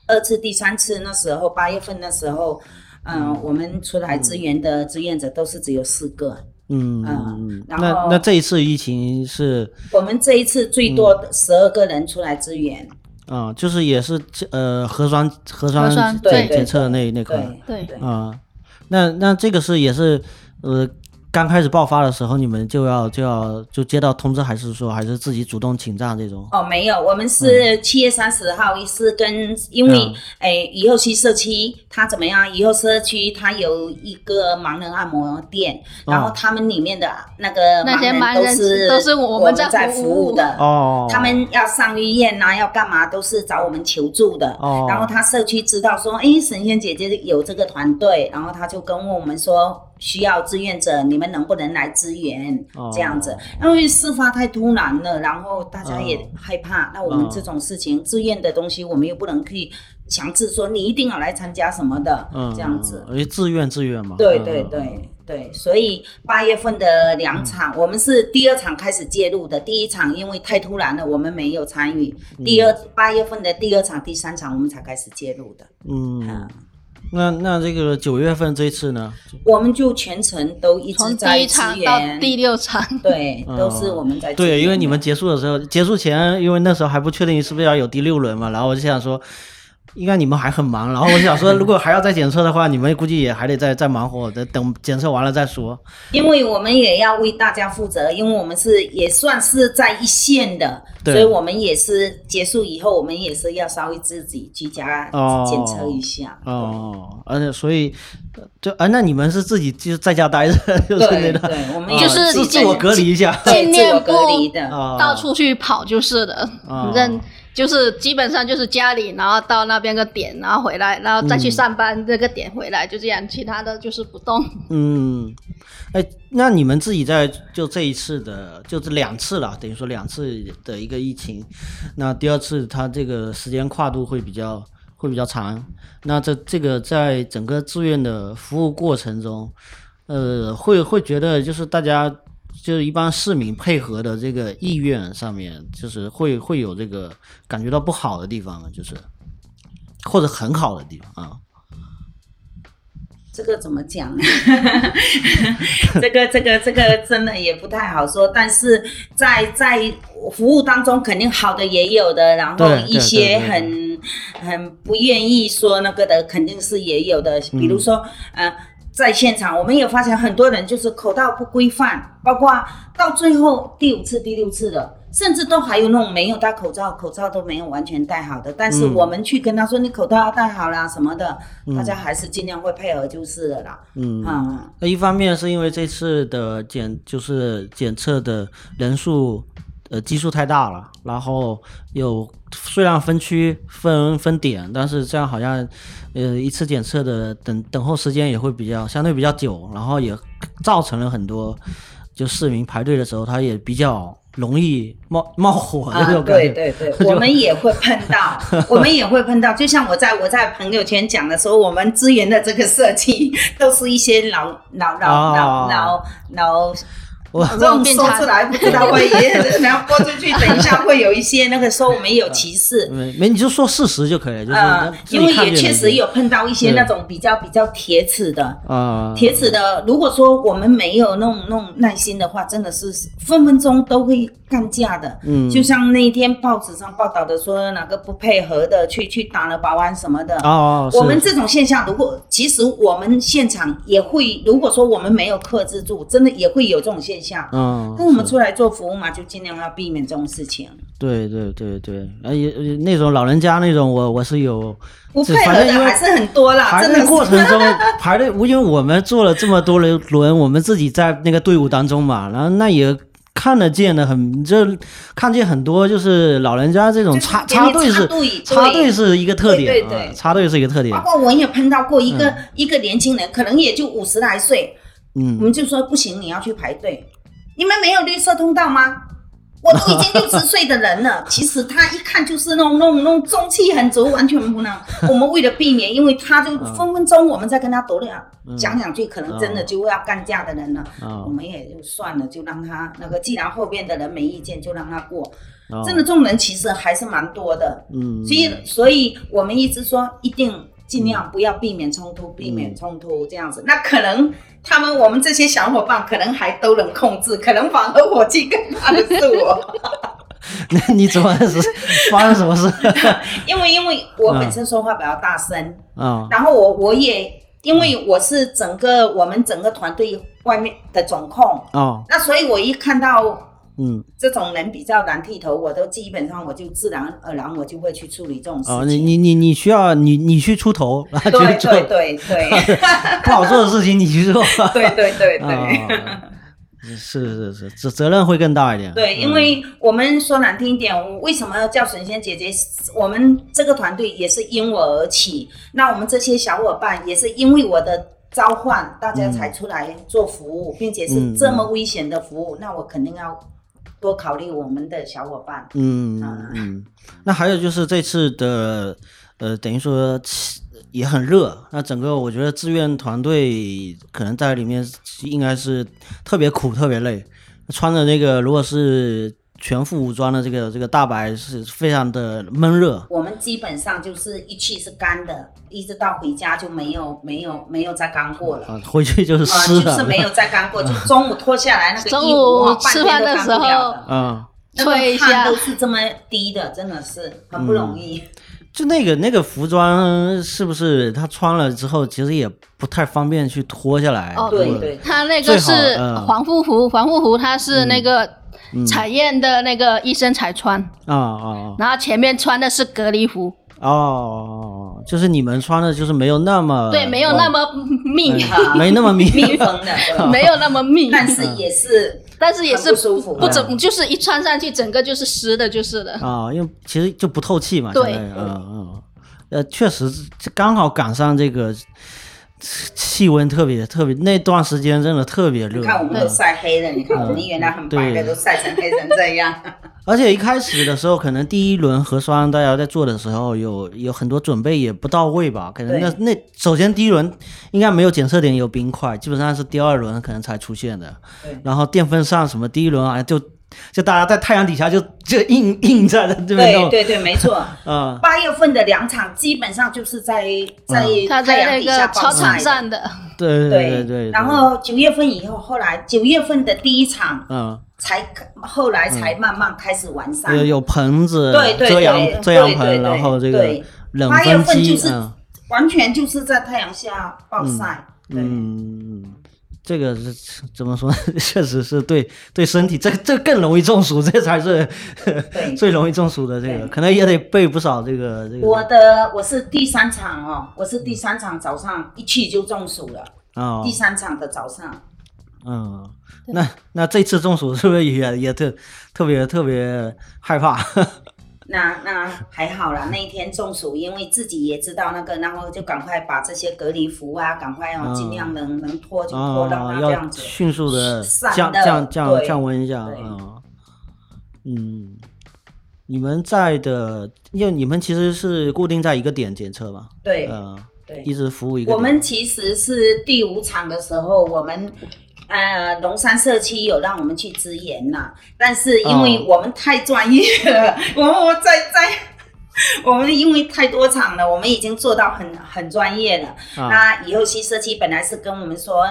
S2: 二次、第三次那时候八月份那时候。嗯，我们出来支援的志愿者都是只有四个，
S1: 嗯，
S2: 嗯然
S1: 那
S2: 后
S1: 那这一次疫情是，
S2: 我们这一次最多
S1: 嗯
S2: 十二个人出来支援，
S1: 啊、就是也是呃核酸核
S3: 核酸
S1: 酸
S3: 对
S1: 检嗯
S2: 对
S1: 检测那那块，
S2: 对
S3: 对
S1: 啊、那那这个是也是呃刚开始爆发的时候，你们就要就要就接到通知，还是说还是自己主动请假这种？
S2: 哦，没有，我们是七月三十号是跟，因为
S1: 嗯
S2: 哎，以后西社区它怎么样？以后社区它有一个盲人按摩店，
S1: 哦
S2: 然后他们里面的那个
S3: 那些
S2: 盲
S3: 盲人
S2: 是
S3: 都是我
S2: 我
S3: 们在
S2: 在
S3: 服
S2: 服
S3: 务
S2: 务的。
S1: 哦，
S2: 他们要上医院呐、要干嘛都是找我们求助的。
S1: 哦
S2: 然后他社区知道说，哎，神仙姐姐有这个团队，然后他就跟我们说。需要志愿者，你们能不能来支援？
S1: 哦
S2: 这样子，因为事发太突然了，然后大家也
S1: 哦
S2: 害怕。那我们
S1: 哦
S2: 这种事情，志愿的东西，我们又不能去强制说你一定要来参加什么的，
S1: 嗯
S2: 这样子。
S1: 因为自愿自愿嘛。
S2: 对
S1: 嗯
S2: 对。对对，所以八月份的两场，我们是第二场开始介入的。第一场因为太突然了，我们没有参与。
S1: 嗯
S2: 第二八月份的第二场、第三场，我们才开始介入的。
S1: 嗯，那那这个九月份这次呢？
S2: 我们就全程都一直
S3: 从
S2: 在
S3: 第一
S2: 支
S3: 场到
S2: 援，
S3: 第六场，
S2: 对，
S1: 嗯
S2: 都是我们在支援
S1: 对，因为你
S2: 的
S1: 们结束的时候，结束前，因为那时候还不确定是不是要有第六轮嘛，然后我就想说，应该你们还很忙，然后我想 说，如果还要再检测的话，你们估计也还得再再忙活，等等检测完了再说。
S2: 因为我们也要为大家负责，因为我们是也算是在一线的，
S1: 对
S2: 所以我们也是结束以后，我们也是要稍微自己居家
S1: 哦
S2: 检测一下。
S1: 哦，而且所以，呃就啊，那你们是自己就在家待着， 就是那
S2: 对
S1: 个，
S2: 对，我们
S1: 啊
S2: 也
S3: 就是
S1: 自
S2: 自己
S1: 自我隔离一下。
S2: 对
S3: 尽
S2: 自我
S3: 量
S2: 隔
S3: 不
S2: 离的。
S1: 啊
S3: 到处去跑就是的，
S1: 哦
S3: 反正就是基本上就是家里，然后到那边个点，然后回来，然后再去上班这个点回来，就这样，其他的就是不动。
S1: 嗯，哎，那你们自己在就这一次的，就这两次了，等于说两次的一个疫情，那第二次它这个时间跨度会比较会比较长，那这这个在整个志愿的服务过程中，呃，会会觉得就是大家就是一般市民配合的这个意愿上面，就是会会有这个感觉到不好的地方吗？就是或者很好的地方啊，
S2: 这个怎么讲？ 这个这个这个真的也不太好说，但是在在服务当中，肯定好的也有的，然后
S1: 对对
S2: 一
S1: 对
S2: 些
S1: 对
S2: 很很不愿意说那个的，肯定是也有的。
S1: 嗯
S2: 比如说，呃，在现场我们也发现很多人就是口道不规范，包括到最后第五次、第六次了。甚至都还有那种没有戴口罩，口罩都没有完全戴好的，但是
S1: 嗯
S2: 我们去跟他说你口罩要戴好啦什么的，大家还是尽量会配合就是了啦。
S1: 嗯。
S2: 嗯，
S1: 那一方面是因为这次的检就是检测的人数，呃，基数太大了，然后有虽然分区分分点，但是这样好像，呃，一次检测的等等候时间也会比较相对比较久，然后也造成了很多就市民排队的时候，他也比较容易冒冒火的
S2: 啊
S1: 这种，感
S2: 对
S1: 觉。
S2: 对 对，我们也会碰到，我们也会碰到。就像我在我在朋友圈讲的时候，我们支援的这个社区都是一些老老老老老老，
S1: 哦我
S2: 这种说出来不知道会也，然后播出去，等一下会有一些那个说我们有歧视。
S1: 没没，你就说事实就可以了，就是
S2: 呃
S1: 那自己
S2: 因为
S1: 看
S2: 也
S1: 就
S2: 确
S1: 能
S2: 实
S1: 理
S2: 有碰到一些
S1: 对
S2: 那种比较比较铁齿的，
S1: 啊，
S2: 铁齿的，如果说我们没有那种那种耐心的话，真的是分分钟都会干架的。嗯，就像那一天报纸上报道的说，哪个不配合的去去打了保安什么的。
S1: 哦，哦
S2: 我们
S1: 是
S2: 这种现象，如果其实我们现场也会，如果说我们没有克制住，真的也会有这种现象。
S1: 嗯，
S2: 但是我们
S1: 是
S2: 出来做服务嘛，就尽量要避免这种事情。
S1: 对对对对，而且呃那种老人家那种我，我是有，
S2: 不
S1: 是
S2: 配合
S1: 反正
S2: 的
S1: 因为
S2: 还是很多啦，
S1: 排
S2: 啊真
S1: 队
S2: 的
S1: 过
S2: 是。
S1: 程 中排队，因为我们做了这么多轮轮，我们自己在那个队伍当中嘛，然后那也看得见的很，就看见很多就是老人家这种
S2: 就是
S1: 插
S2: 给你
S1: 插队是
S2: 插队
S1: 插队
S2: 对
S1: 是一个特点，
S2: 对对对
S1: 啊插队是一个特点
S2: 包，括我也碰到过一个、一个年轻人，可能也就五十来岁，我
S1: 嗯，
S2: 们就说不行，你要去排队。你们没有绿色通道吗？我都已经六十岁的人了，其实他一看就是那种那种那种中气很足，完全不能。我们为了避免，因为他就分分钟我们再跟他多两讲两句，可能真的就要干架的人了，
S1: 啊
S2: 我们也就算了，就让他那个，既然后边的人没意见，就让他过。
S1: 哦
S2: 真的，这种人其实还是蛮多的。
S1: 嗯，
S2: 所以，所以我们一直说一定尽量不要避免冲突，避免冲突这样子。那可能他们我们这些小伙伴可能还都能控制，可能反而火气更大的是我，
S1: 那 你昨晚是发生什么事
S2: 因为因为我
S1: 嗯
S2: 本身说话比较大声，
S1: 啊？
S2: 然后我我也因为我是整个我们整个团队外面的总控，
S1: 哦，
S2: 那所以我一看到
S1: 嗯，
S2: 这种人比较难剃头，我都基本上我就自然而然我就会去处理这种事
S1: 哦，你
S2: 情。
S1: 你你你需要你你去出头， 然后
S2: 对
S1: 去做
S2: 对对对
S1: 不好做的事情你去做，
S2: 对对 对对。
S1: 啊，是是是，责责任会更大一点。
S2: 对，因
S1: 嗯
S2: 为我们说难听一点，我为什么要叫神仙姐姐？我们这个团队也是因我而起，那我们这些小伙伴也是因为我的召唤，大家才出来做服
S1: 嗯
S2: 务，并且是这么危险的服务，那我肯定要多考虑我们的小伙伴。
S1: 嗯
S2: 啊
S1: 嗯，那还有就是这次的呃，等于说气也很热，那整个我觉得志愿团队可能在里面应该是特别苦、特别累，穿的那个如果是全副武装的这个这个大白是非常的闷热。
S2: 我们基本上就是一去是干的，一直到回家就没有没有没有再干过了。
S1: 啊，回去就是
S2: 啊、
S1: 湿
S2: 就
S1: 的，
S2: 是没有再干过，就中午脱下来那个
S3: 中
S2: 衣服啊
S3: 午，
S2: 半
S3: 吃
S2: 天
S3: 饭
S2: 都
S3: 的
S2: 干
S3: 时
S2: 不了
S3: 候
S2: 的
S1: 啊，
S2: 那个
S3: 吹一
S2: 汗
S3: 下
S2: 都是这么低的，真的是很不容易。
S1: 就那个那个服装是不是他穿了之后，其实也不太方便去脱下来。
S3: 哦
S1: 对
S2: 对
S1: 吧
S2: 对，
S3: 他那
S1: 最
S3: 个
S1: 好
S3: 是
S1: 嗯
S3: 防护服，防护服它是那个采验的那个医生才穿，
S1: 啊啊
S3: 然后前面穿的是隔离服，
S1: 啊哦，就是你们穿的就是没有那么
S3: 对，没有那么密，
S1: 哎
S2: 啊
S1: 没那么 密
S2: 密封的， 对
S3: 没有那么 密，
S2: 但是也是
S3: 但是也是
S2: 很不舒服
S3: 不怎就是一穿上去，整个就是湿的，就是了。
S1: 啊，因为其实就不透气嘛。相
S3: 对
S1: 当于嗯嗯，呃，确实是这刚好赶上这个气气温特别特别，那段时间真的特别热。嗯
S2: 你看我们都晒黑了，你看我们原来很白的
S1: 对
S2: 都晒成黑成这样。
S1: 而且一开始的时候，可能第一轮核酸大家在做的时候有，有很多准备也不到位吧。可能那那首先第一轮应该没有检测点有冰块，基本上是第二轮可能才出现的
S2: 对。
S1: 然后电风扇什么，第一轮啊就就大家在太阳底下就就硬硬站在这边
S2: 对
S1: 弄，
S2: 对对，没错。
S1: 啊、
S2: 八月份的两场基本上就是在在
S3: 他
S2: 太
S3: 在
S2: 阳
S3: 那
S2: 底下
S3: 个操
S2: 暴晒的
S3: 场上的，
S1: 对嗯对
S2: 对
S1: 对对。
S2: 然后九月份以后，后来九月份的第一场
S1: 嗯，
S2: 才后来才慢慢开始完善。
S1: 有有盆子
S2: 对对
S1: 遮
S2: 对
S1: 阳遮阳
S2: 对
S1: 盆，
S2: 对对
S1: 然后这个
S2: 对
S1: 冷
S2: 八月
S1: 风
S2: 份
S1: 机，
S2: 就是
S1: 嗯
S2: 完全就是在太阳下暴晒。对。
S1: 嗯，这个是怎么说呢？ 确实是对对身体，这这更容易中暑，这才是
S2: 对
S1: 最容易中暑的这个，
S2: 对
S1: 可能也得备不少这个这个
S2: 我的我是第三场哦，我是第三场早上一去就中暑了，
S1: 啊、
S2: 第三场的早上，
S1: 嗯，那那这次中暑是不是也也特特别特别害怕？
S2: 那那还好
S1: 嗯
S2: 啦，那一天中暑，因为自己也知道那个，然后就赶快把这些隔离服啊，赶快要
S1: 嗯
S2: 尽量能能脱就脱，让
S1: 啊，
S2: 它这
S1: 要
S2: 样子。
S1: 迅速的
S2: 散
S1: 降
S2: 的
S1: 降降
S2: 对
S1: 降温一下
S2: 对
S1: 啊。嗯，你们在的，因为你们其实是固定在一个点检测嘛，
S2: 对
S1: 嗯，
S2: 对
S1: 一直服务一个
S2: 我
S1: 点。
S2: 们其实是第五场的时候，我们呃龙山社区有让我们去支援呐，但是因为
S1: 哦
S2: 我们太专业了， 我们我在在。我们因为太多场了，我们已经做到很很专业了。
S1: 啊
S2: 那以后西社区本来是跟我们说，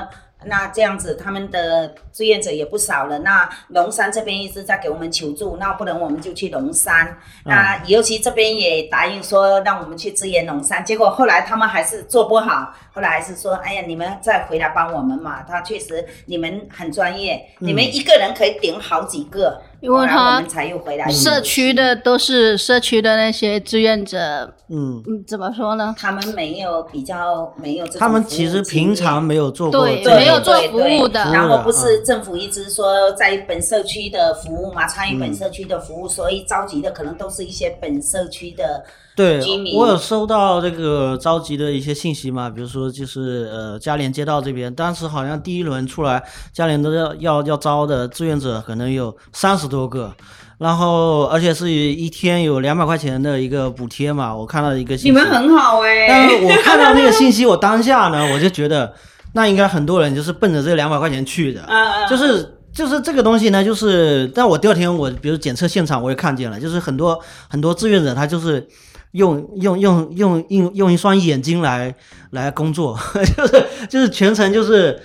S2: 那这样子他们的志愿者也不少了。那龙山这边一直在给我们求助，那不然我们就去龙
S1: 啊
S2: 山。那以后西这边也答应说让我们去支援龙山，结果后来他们还是做不好，后来还是说，哎呀，你们再回来帮我们嘛。他确实你们很专业，
S1: 嗯
S2: 你们一个人可以顶好几个，
S3: 因为
S2: 后来
S3: 他
S2: 我们才又回
S1: 嗯
S2: 来
S3: 社区的都是社区的那些志愿者，
S1: 嗯，
S3: 嗯，怎么说呢？
S2: 他们没有比较没有这种
S1: 他们
S2: 服务
S1: 其实
S2: 经
S1: 平
S2: 验
S1: 常没有做过
S3: 对
S1: 这个
S3: 没有做
S2: 对
S3: 服务的
S2: 对然后不是政府一直说在本社区的服务嘛，参与本社区的服务，所以召集的可能都是一些本社区的
S1: 对
S2: 居，民
S1: 我有收到这个召集的一些信息嘛，比如说就是呃，嘉联街道这边，当时好像第一轮出来，嘉联都要要要招的志愿者可能有三十多个，然后而且是一天有两百块钱的一个补贴嘛，我看到一个信息，
S2: 你们很好哎、
S1: 但是我看到那个信息，我当下呢，我就觉得那应该很多人就是奔着这两百块钱去的，
S2: 嗯嗯
S1: 就是。就是这个东西呢，就是但我第二天我比如检测现场我也看见了，就是很多很多志愿者他就是用用用用用用一双眼睛来来工作， 就是就是全程就是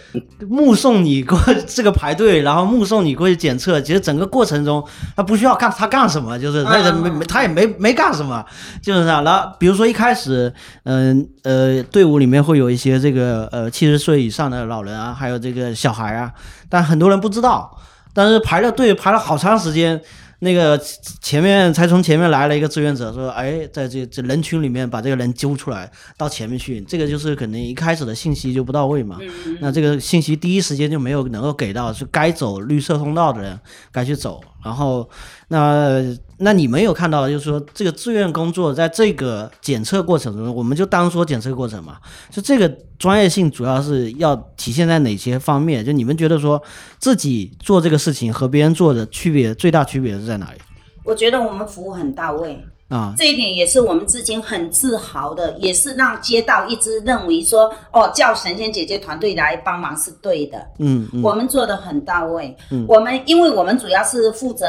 S1: 目送你过这个排队，然后目送你过去检测。其实整个过程中，他不需要干他干什么，就是他也没、
S2: 嗯
S1: 他也没没干什么，就是这样。然后比如说一开始，嗯呃队伍里面会有一些这个呃七十岁以上的老人啊，还有这个小孩啊，但很多人不知道，但是排了队排了好长时间。那个前面才从前面来了一个志愿者，说：“哎，在这这人群里面把这个人揪出来，到前面去。”这个就是可能一开始的信息就不到位嘛。那这个信息第一时间就没有能够给到，是该走绿色通道的人该去走。然后，那那你们有看到的，就是说这个志愿工作在这个检测过程中，我们就当说检测过程嘛，就这个专业性主要是要体现在哪些方面？就你们觉得说自己做这个事情和别人做的区别，最大区别是在哪里
S2: 我觉得我们服务很到位，
S1: 啊？
S2: 这一点也是我们至今很自豪的，也是让街道一直认为说，哦，叫神仙姐姐团队来帮忙是对的。
S1: 嗯嗯
S2: 我们做的很到位，我们因为我们主要是负责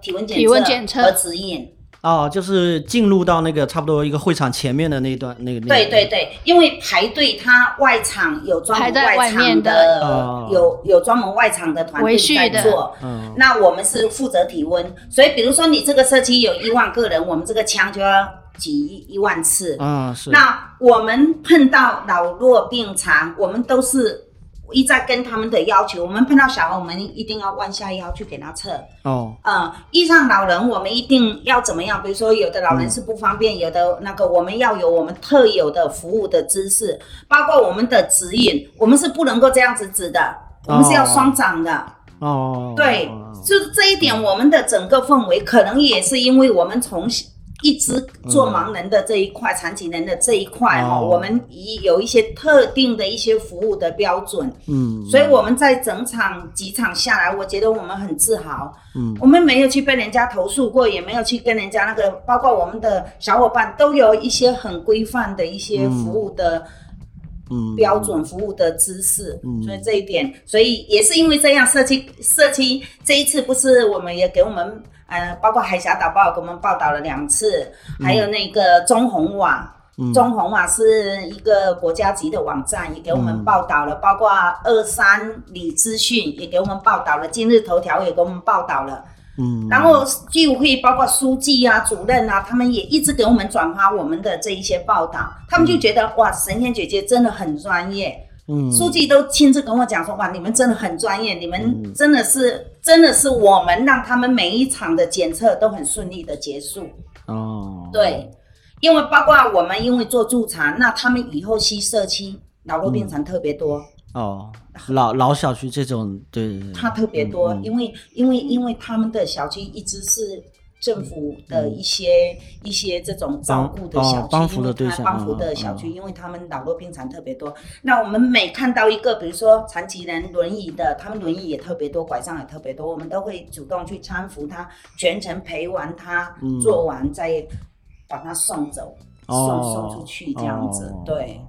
S2: 体温检测、
S3: 体温检测
S2: 和指引，
S1: 哦，就是进入到那个差不多一个会场前面的那一段那个那个
S2: 对对对，因为排队它外场有专门
S3: 排在外
S2: 场
S3: 面的
S2: 的，
S1: 哦
S2: 有有专门外场的团队
S3: 维系
S2: 在
S3: 的
S2: 做。
S1: 嗯
S2: 那我们是负责体温，所以比如说你这个社区有一万个人，我们这个枪就要挤一一万次。
S1: 啊是
S2: 那我们碰到老弱病残，我们都是一再跟他们的要求。我们碰到小孩，我们一定要弯下腰去给他测。
S1: 哦
S2: 呃，遇上老人，我们一定要怎么样？比如说，有的老
S1: 嗯
S2: 人是不方便，有的那个，我们要有我们特有的服务的知识，包括我们的指引，我们是不能够这样子指的，我们是要双掌的。
S1: 哦
S2: 对
S1: 哦，
S2: 就是这一点，我们的整个氛围可能也是因为我们从小一直做盲人的这一块、残疾人的这一块哈、
S1: 嗯哦
S2: 我们以有一些特定的一些服务的标准，
S1: 嗯
S2: 所以我们在整场几场下来，我觉得我们很自豪，
S1: 嗯，
S2: 我们没有去被人家投诉过，也没有去跟人家那个，包括我们的小伙伴都有一些很规范的一些服务的。
S1: 嗯
S2: 标准服务的知识，
S1: 嗯
S2: 所以这一点，所以也是因为这样，社区社区这一次不是我们也给我们呃，包括海峡导报给我们报道了两次，
S1: 嗯
S2: 还有那个中红网。中红网是一个国家级的网站，也给我
S1: 嗯
S2: 们报道了，包括二三里资讯也给我们报道了，今日头条也给我们报道了，
S1: 嗯
S2: 然后居委会包括书记啊、主任啊，他们也一直给我们转发我们的这一些报道，他们就觉得哇，神仙姐姐真的很专业。
S1: 嗯
S2: 书记都亲自跟我讲说，哇，你们真的很专业，你
S1: 嗯
S2: 们真的是、真的是我们让他们每一场的检测都很顺利的结束。
S1: 哦
S2: 对，因为包括我们因为做驻场，那他们以后西社区老弱
S1: 嗯
S2: 病残特别多。
S1: 哦老老小区这种对对对
S2: 它特别多，
S1: 嗯
S2: 因为因为因为他们的小区一直是政府的一些、一些这种照顾的
S1: 帮
S2: 小
S1: 哦
S2: 区，
S1: 嗯帮扶的
S2: 因为
S1: 对
S2: 它
S1: 象
S2: 帮扶
S1: 嗯
S2: 的
S1: 嗯
S2: 小区，因为他们老弱病残特别多。那我们每看到一个，比如说残疾人轮椅的，他们轮椅也特别多，拐杖也特别多，我们都会主动去搀扶他，全程陪完他，
S1: 嗯
S2: 做完再把他送走，送
S1: 哦
S2: 送出去这样子，
S1: 哦
S2: 对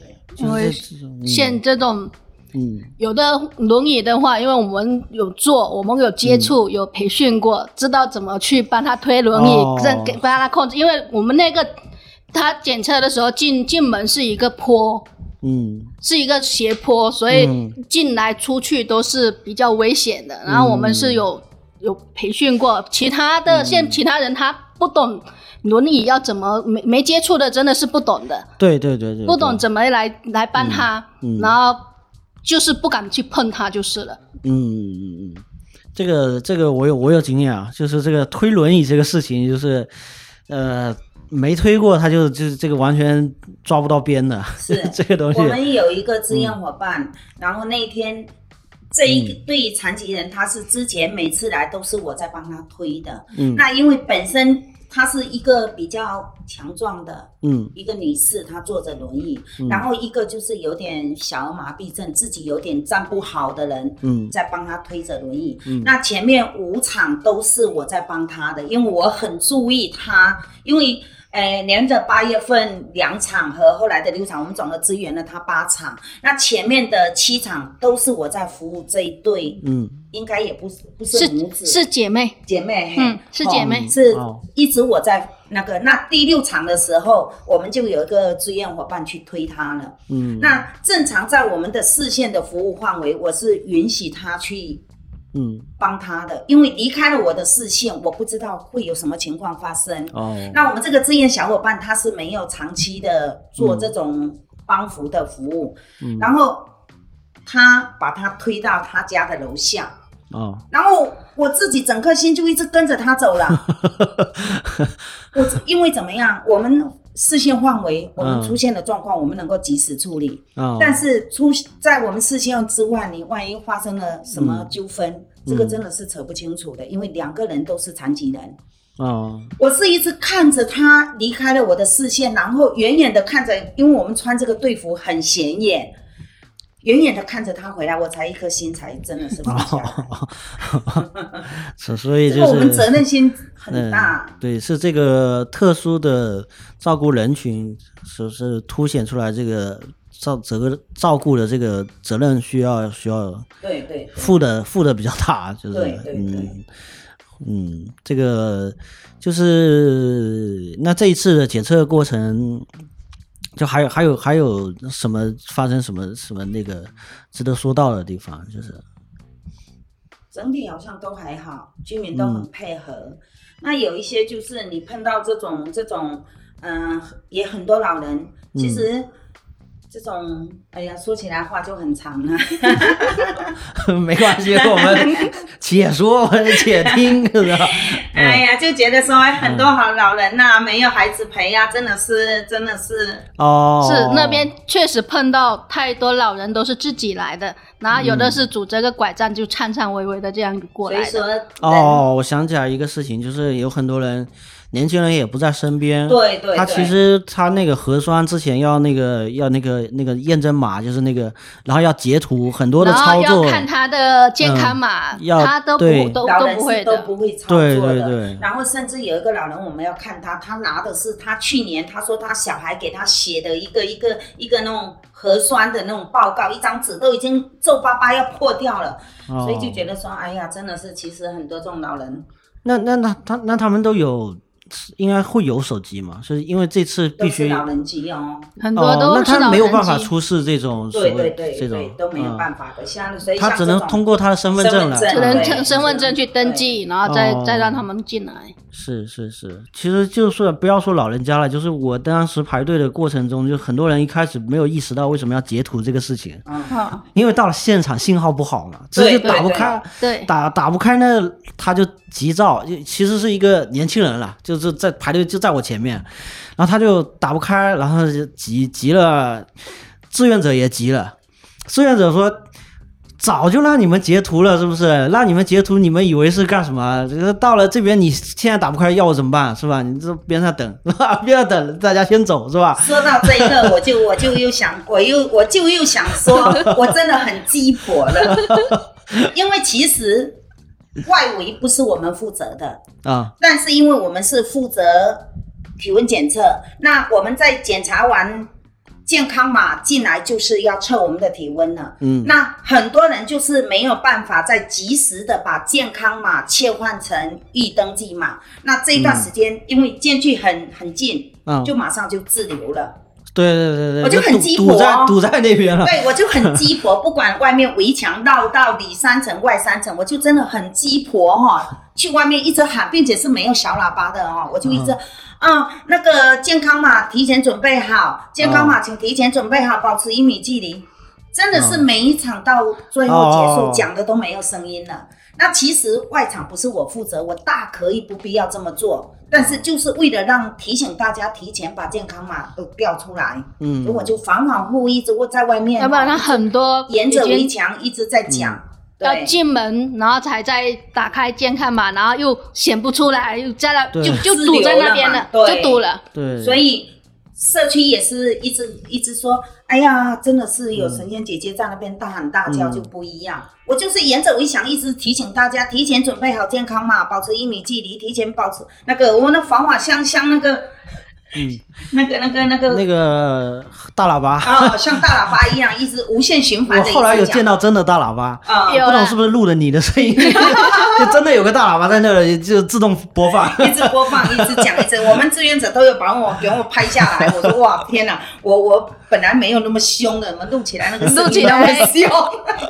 S2: 对。
S1: 就是
S3: 因为
S1: 这种
S3: 现这种
S1: 嗯
S3: 有的轮椅的话，因为我们有做，我们有接
S1: 嗯
S3: 触，有培训过，知道怎么去帮他推轮
S1: 哦
S3: 椅，这、给帮他控制。因为我们那个他检测的时候进进门是一个坡，
S1: 嗯
S3: 是一个斜坡，所以
S1: 嗯
S3: 进来出去都是比较危险的。然后我们是
S1: 嗯
S3: 有有培训过，其他的现其他人他不懂轮椅要怎么没没接触的真的是不懂的。
S1: 对对对对
S3: 不懂怎么来来帮他，
S1: 嗯嗯
S3: 然后就是不敢去碰他就是了。
S1: 嗯嗯嗯，嗯，这个这个我有我有经验啊，就是这个推轮椅这个事情，就是呃没推过，他就就是这个完全抓不到边的，
S2: 是
S1: 这个东西嗯
S2: 我，们有一个志愿伙伴，然后那一天这一对残疾人，他是之前每次来都是我在帮他推的。
S1: 嗯
S2: 那因为本身她是一个比较强壮的
S1: 嗯
S2: 一个女士，她坐着轮椅，然后一个就是有点小儿麻痹症，自己有点站不好的人，
S1: 嗯
S2: 在帮她推着轮椅。那前面五场都是我在帮她的，因为我很注意她，因为。呃，连着八月份两场和后来的六场，我们总共支援了她八场。那前面的七场都是我在服务这一对，
S1: 嗯
S2: 应该也不是不是母
S3: 是
S2: 子，
S3: 是姐妹，
S2: 姐妹，嘿
S3: 嗯是姐妹
S2: 哦是
S1: 哦
S2: 一直我在那个那第六场的时候，我们就有一个志愿伙伴去推他了。嗯，那正常在我们的视线的服务范围，我是允许他去
S1: 嗯，
S2: 帮他的，因为离开了我的视线，我不知道会有什么情况发生。
S1: 哦，
S2: 那我们这个志愿小伙伴他是没有长期的做这种帮扶的服务，
S1: 嗯
S2: 然后他把他推到他家的楼下，
S1: 哦，
S2: 然后我自己整颗心就一直跟着他 走了。我因为怎么样，我们视线范围，我们
S1: 嗯
S2: 出现的状况，我们能够及时处理。
S1: 哦，
S2: 但是出在我们视线之外，你万一发生了什
S1: 嗯
S2: 么纠纷，这个真的是扯不清楚的，因为两个人都是残疾人。
S1: 哦，
S2: 我是一直看着他离开了我的视线，然后远远的看着，因为我们穿这个队服很显眼，远远的看着他回来，我才一颗心才真的是放下来。
S1: 所所以
S2: 这
S1: 哦就
S2: 个我们
S1: 是
S2: 责任心很
S1: 嗯，
S2: 大。
S1: 对，是这个特殊的照顾人群，是是凸显出来这个照责照顾的这个责任需要需要
S2: 对对对
S1: 负的负的比较大， 就是
S2: 对对对
S1: 嗯嗯，这个就是那这一次的检测过程。就还有还有还有什么发生什么什么那个值得说到的地方，就是
S2: 整体好像都还好，居民都
S1: 嗯
S2: 很配合。那有一些就是你碰到这种这种，嗯、也很多老人，其
S1: 嗯
S2: 实。这种，哎呀，说起来话就很长啊了。
S1: 没关系，我 们且说且听，是吧？
S2: 哎呀，就觉得说哎很
S1: 嗯
S2: 多好老人呐、没有孩子陪呀、真的是，真的 是，
S1: 哦，
S3: 是那边确实碰到太多老人都是自己来的，然后有的是拄着个拐杖就颤颤巍巍的这样过
S2: 所以
S3: 来
S2: 说
S3: 的。
S2: 人，
S1: 哦，我想起来一个事情，就是有很多人，年轻人也不在身边。
S2: 对对
S1: 他
S2: 对
S1: 其实他那个核酸之前要那个要那个那个验证码，就是那个，然后要截图，很多的
S3: 然后
S1: 操
S3: 要
S1: 作。
S3: 看他的健康码，
S1: 嗯要
S3: 他都不
S1: 对
S3: 都
S2: 老
S3: 都
S2: 人
S3: 不
S2: 是
S3: 会
S2: 都
S3: 的。
S2: 不会操作的。
S1: 对对对
S2: 然后甚至有一个老人，我们要看他，他拿的是他去年他说他小孩给他写的一个一个一个那种核酸的那种报告，一张纸都已经皱巴巴要破掉了，
S1: 哦
S2: 所以就觉得说，哎呀，真的是，其实很多这种老人
S1: 那那那他那他们都有，应该会有手机嘛？是因为这次
S2: 都
S1: 必
S2: 是
S1: 须
S2: 老人机哦。
S3: 很多
S1: 哦，
S3: 都
S1: 那
S3: 是
S1: 他
S3: 老
S1: 没有
S3: 人
S1: 办法
S3: 机
S1: 出示这种所
S2: 对对
S1: 谓
S2: 对
S1: 这
S2: 对
S1: 种，
S2: 都没有
S1: 嗯
S2: 办法的，像所以
S1: 他
S2: 像
S1: 只
S2: 这
S1: 能
S2: 种
S1: 通过他的身份证来，
S2: 身份证
S3: 只能
S2: 对
S3: 身身份证去登记，然后再
S1: 哦
S3: 再让他们进来。
S1: 是是是，其实就是不要说老人家了，就是我当时排队的过程中，就很多人一开始没有意识到为什么要截图这个事情，
S2: 哦
S3: 啊，
S1: 因为到了现场信号不好嘛，直
S2: 对
S1: 接打不开，
S3: 对，
S1: 打打不开呢，他就急躁，就其实是一个年轻人了，就是在排队就在我前面，然后他就打不开，然后就急急了，志愿者也急了，志愿者说。早就让你们截图了，是不是？让你们截图，你们以为是干什么？这个到了这边，你现在打不开，要我怎么办？是吧？你这边上等， 是吧？边上等，大家先走，是吧？
S2: 说到这一个，我就我就又想，我又我就又想说，我真的很鸡婆了，因为其实外围不是我们负责的，
S1: 啊，
S2: 但是因为我们是负责体温检测，那我们在检查完健康码进来就是要测我们的体温了。
S1: 嗯
S2: 那很多人就是没有办法再及时的把健康码切换成预登记码，那这一段时间、因为间距很很近，
S1: 嗯
S2: 就马上就滞留了。
S1: 对对对对，
S2: 我就很
S1: 堵
S2: 鸡
S1: 堵在
S2: 婆
S1: 堵在那边了。
S2: 对，我就很鸡 婆，不管外面围墙绕道里三层外三层，我就真的很鸡婆哈、去外面一直喊，并且是没有小喇叭的哦，我就一直。
S1: 嗯
S2: 啊、那个健康码提前准备好，健康码请提前准备好，保持一米距离。真的是每一场到最后结
S1: 哦
S2: 束，讲的都没有声音了。那其实外场不是我负责，我大可以不必要这么做，但是就是为了让提醒大家提前把健康码都调出来，
S1: 嗯
S2: 结果就反反复复一直在外面，
S3: 要不然他很多
S2: 沿着
S3: 已
S2: 围
S3: 经
S2: 墙一直在讲，
S1: 嗯
S3: 要
S2: 对，
S3: 进门，然后才再打开健康码，然后又显不出来，又在那
S1: 对
S3: 就就堵在那边了，
S2: 滞留了嘛对
S3: 就堵了。
S1: 对，
S2: 所以社区也是一直一直说，哎呀，真的是有神仙姐姐在那边大喊大
S1: 嗯
S2: 叫就不一样。我就是沿着围墙一直提醒大家，提前准备好健康码，保持一米距离，提前保持那个我们的防法香香那个那个那个那个
S1: 嗯那个大喇 叭，
S2: 哦，像大喇叭一样，一直无限循环
S1: 我
S2: 的。
S1: 后来有见到真的大喇叭，
S2: 啊，
S3: 有
S1: 不
S3: 啦
S1: 懂是不是录的你的声音，就真的有个大喇叭在那里就自动播放。
S2: 一直播放，一直讲，一直。我们志愿者都有把我给我拍下来。我说哇，天哪！我我本来没有那么凶的，怎么录起来那个
S3: 录
S2: 声
S3: 起
S2: 音那
S3: 来
S2: 么凶？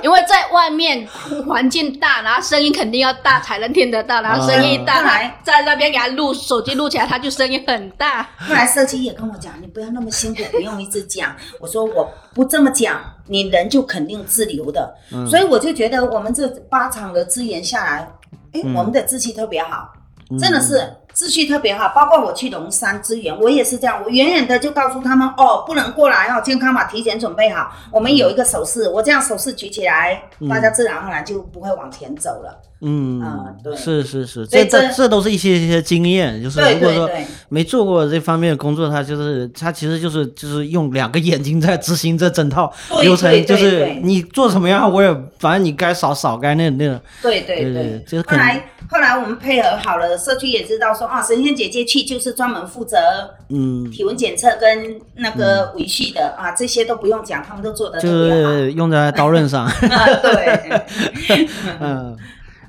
S3: 因为在外面环境大，然后声音肯定要大才能听得到，
S1: 啊
S3: 然后声音一大，
S2: 嗯
S3: 他在那边给他录手机录起来，他就声音很大。
S2: 后来设计也跟我讲，你不要那么辛苦，不用一直讲。 我说我不这么讲，你人就肯定自由的。
S1: 嗯
S2: 所以我就觉得我们这八场的资源下来，哎，
S1: 嗯
S2: 我们的志气特别好，真的是。秩序特别好，包括我去龙山支援，我也是这样，我远远的就告诉他们，哦，不能过来哦，健康码提前准备好。我们有一个手势，我这样手势举起来，大家自然而然就不会往前走了。啊
S1: 嗯
S2: 对，
S1: 是是是，
S2: 所
S1: 这
S2: 以
S1: 这
S2: 这
S1: 这都是一些一些经验，就是
S2: 对
S1: 如果
S2: 对
S1: 说
S2: 对
S1: 没做过这方面的工作，他就是他其实就是就是用两个眼睛在执行这整套
S2: 对
S1: 流程
S2: 对，对
S1: 就是
S2: 对
S1: 你做什么样，我也反正你该扫扫，该那那，
S2: 对对
S1: 对
S2: 对，
S1: 这个可
S2: 后
S1: 能
S2: 来后来我们配合好了，社区也知道说啊，神仙姐姐去就是专门负责
S1: 嗯，
S2: 体温检测跟那个维系的、啊，这些都不用讲，他们都做的
S1: 就
S2: 特别好。
S1: 是用在刀刃上。
S2: 啊，对，
S1: 嗯，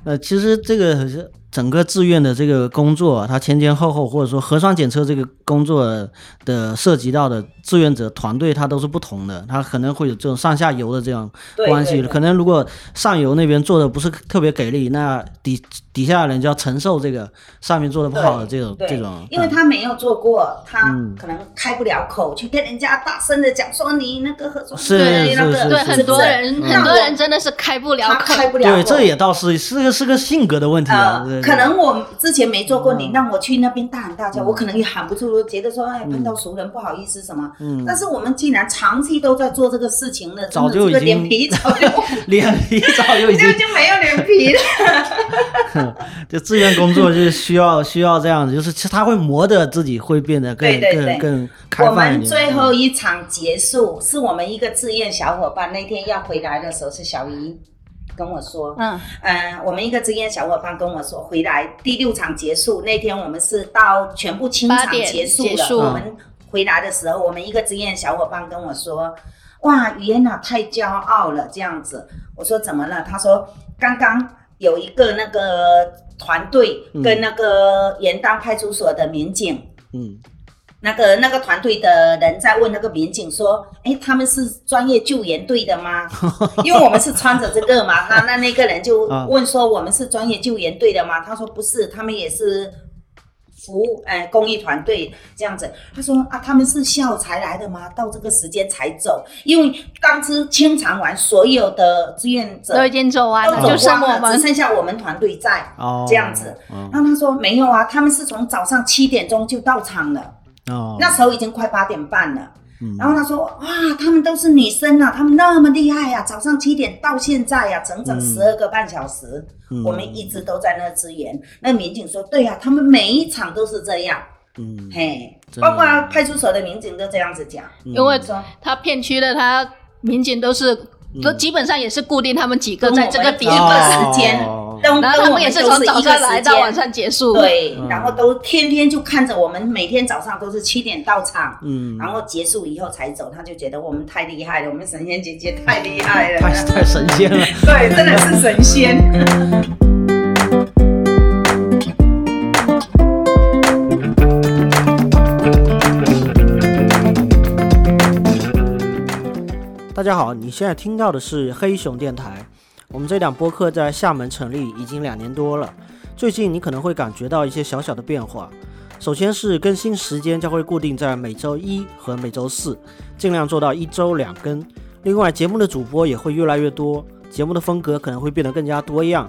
S1: 呃，其实这个是整个志愿的这个工作，它前前后后或者说核酸检测这个工作的涉及到的志愿者团队，它都是不同的，它可能会有这种上下游的这样
S2: 对
S1: 关系。
S2: 对对
S1: 可能如果上游那边做的不是特别给力，那底底下的人就要承受这个上面做的不好的这种
S2: 对
S1: 这种。
S2: 因为
S1: 嗯
S2: 他没有做过，他可能开不了口去跟人家大声的讲说你那个核酸
S1: 是
S2: 对那
S1: 是
S2: 个
S1: 是
S3: 对，
S1: 是嗯
S3: 很多人
S2: 那
S3: 很多
S2: 我
S3: 人真的是开不了
S2: 他
S3: 口。
S2: 开不了口，
S1: 对，这也倒是是个是个性格的问题啊。对对
S2: 呃，
S1: 嗯
S2: 可能我之前没做过，你让我去那边大喊大叫，我可能也喊不出，我觉得说哎碰到熟人不好意思什么。但是我们既然长期都在做这个事情了，
S1: 嗯早
S2: 真
S1: 就
S2: 的这个
S1: 已经
S2: 脸皮早 就
S1: 脸皮早就已经
S2: 就就没有脸皮了。
S1: 就志愿工作就是需要需要这样子，就是其实他会磨的自己会变得更
S2: 对对
S1: 更
S2: 对
S1: 更开
S2: 我
S1: 放一点。
S2: 们最后一场结束，是我们一个志愿小伙伴那天要回来的时候，是小姨跟我说，
S3: 嗯，
S2: 嗯，我们一个志愿小伙伴跟我说，回来第六场结束那天，我们是到全部清
S3: 八
S2: 场
S3: 点
S2: 结束
S3: 结
S2: 了。
S3: 束
S2: 我们回来的时候，我们一个志愿小伙伴跟我说：“哇，雨嫣啊，太骄傲了，这样子。”我说：“怎么了？”他说：“刚刚有一个那个团队跟那个盐当派出所的民警。
S1: 嗯
S2: 那个那个团队的人在问那个民警说：“哎，他们是专业救援队的吗？ 因为我们是穿着这个嘛。”他那那个人就问说：“我们是专业救援队的吗？”他说：“不是，他们也是服务哎公益团队这样子。”他说：“啊，他们是下午才来的吗？到这个时间才走，因为当时清偿完所有的志愿者
S3: 都已经走完
S2: 都
S3: 了，
S2: 走
S3: 就剩
S2: 光
S3: 我
S2: 了，只
S3: 们。
S2: 剩下我们团队在
S1: 哦
S2: 这样子。
S1: 嗯
S2: 然后他说：“没有啊，他们是从早上七点钟就到场了。”
S1: 哦，嗯
S2: 那时候已经快八点半了。然后他说：“哇，他们都是女生啊，他们那么厉害呀、早上七点到现在呀、整
S1: 嗯
S2: 整十二个半小时，我们一直都在那支援。那民警说：“对呀、他们每一场都是这样，
S1: 嗯
S2: 嘿，
S1: 真的嗯
S2: 包括派出所的民警都这样子讲，
S3: 因为
S2: 说
S3: 他片区的他民警都是都
S1: 嗯
S3: 基本上也是固定他们几个
S2: 跟
S3: 在这个
S2: 比
S3: 点
S2: 一
S1: 哦
S2: 个时间，
S1: 哦
S2: 跟
S3: 然后
S2: 跟
S3: 他
S2: 我
S3: 们也
S2: 是
S3: 从
S2: 一
S3: 早
S2: 个
S3: 上
S2: 时
S3: 来
S2: 间
S3: 到晚上结束。
S2: 对
S1: 嗯，
S2: 然后都天天就看着我们，每天早上都是七点到场，
S1: 嗯
S2: 然后结束以后才走，他就觉得我们太厉害了，我们神仙姐姐太厉害了，
S1: 太太神仙了。
S2: 对，真的是神仙。
S1: 大家好，你现在听到的是黑熊电台。我们这档播客在厦门成立已经两年多了，最近你可能会感觉到一些小小的变化。首先是更新时间将会固定在每周一和每周四，尽量做到一周两更。另外，节目的主播也会越来越多，节目的风格可能会变得更加多样。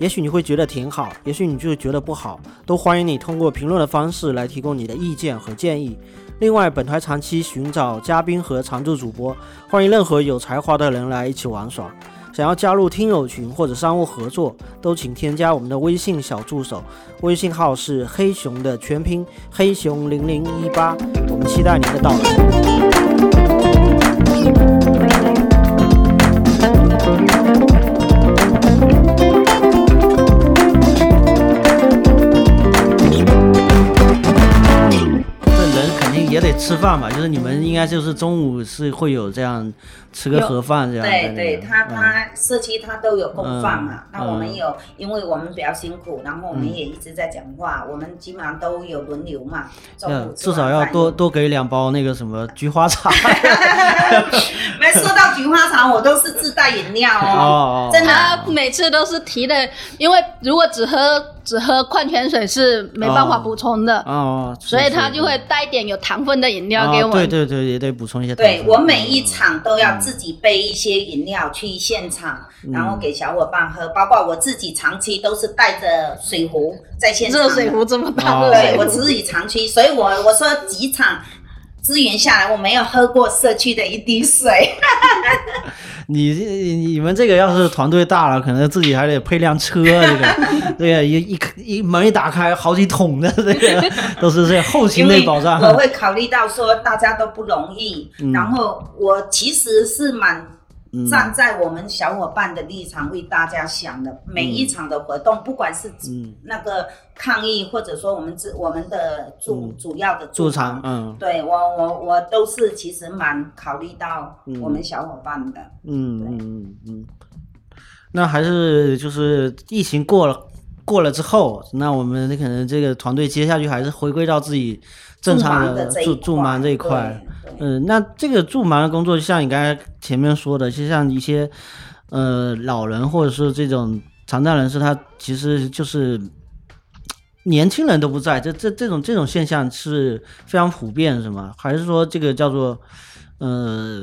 S1: 也许你会觉得挺好，也许你就觉得不好，都欢迎你通过评论的方式来提供你的意见和建议。另外，本台长期寻找嘉宾和常驻主播，欢迎任何有才华的人来一起玩耍。想要加入听友群或者商务合作，都请添加我们的微信小助手，微信号是黑熊的全拼黑熊零零一八。我们期待您的到来。这人肯定吃饭吧，就是你们应该就是中午是会有这样吃个盒饭这样在
S2: 对
S1: 那
S2: 对，
S1: 个
S2: 他
S1: 嗯
S2: 他社区他都有供饭嘛
S1: 嗯，
S2: 那我们有，因为我们比较辛苦，然后我们也一直在讲话，我们基本上都有轮流嘛，中
S1: 要
S2: 午吃
S1: 嗯至少
S2: 完
S1: 要
S2: 饭
S1: 多。多给两包那个什么菊花 茶。
S2: 没说到菊花茶，我都是自带饮料
S1: 哦哦
S2: 哦，真的。
S3: 他啊每次都是提的，因为如果只喝只喝矿泉水是没办法补充的，
S1: 哦，
S3: 所以
S1: 是
S3: 他
S1: 是
S3: 就会带一点有糖分的饮料
S1: 啊
S3: 给我们。
S1: 对对对，也得补充一些糖分。
S2: 对我每一场都要自己备一些饮料去现场，
S1: 嗯
S2: 然后给小伙伴喝，包括我自己长期都是带着水壶在现场的。
S3: 热水壶这么大，
S1: 哦
S3: 热
S2: 对
S3: 水
S2: 我
S3: 壶。
S2: 自己长期，所以我我说几场支援下来，我没有喝过社区的一 滴水。
S1: 嗯你你你们这个要是团队大了，可能自己还得配辆车，啊这个 这个一一一门一打开，好几桶的这 个都是这后勤
S2: 因为
S1: 类保障。嗯
S2: 我会考虑到说大家都不容易，然后我其实是蛮。站在我们小伙伴的立场为大家想
S1: 嗯
S2: 的，每一场的活动，不管是那个抗议，或者说我们自我们的主主要的
S1: 驻嗯场，嗯
S2: 对我我我都是其实蛮考虑到我们小伙伴的。
S1: 嗯嗯嗯嗯，那还是就是疫情过了。过了之后，那我们可能这个团队接下去还是回归到自己正常
S2: 助盲的这一
S1: 驻驻
S2: 块
S1: 蛮这一块。
S2: 对对
S1: 嗯，那这个驻盲的工作，就像你刚才前面说的，就像一些呃老人或者是这种残障人士，他其实就是年轻人都不在，这这这种这种现象是非常普遍，是吗？还是说这个叫做呃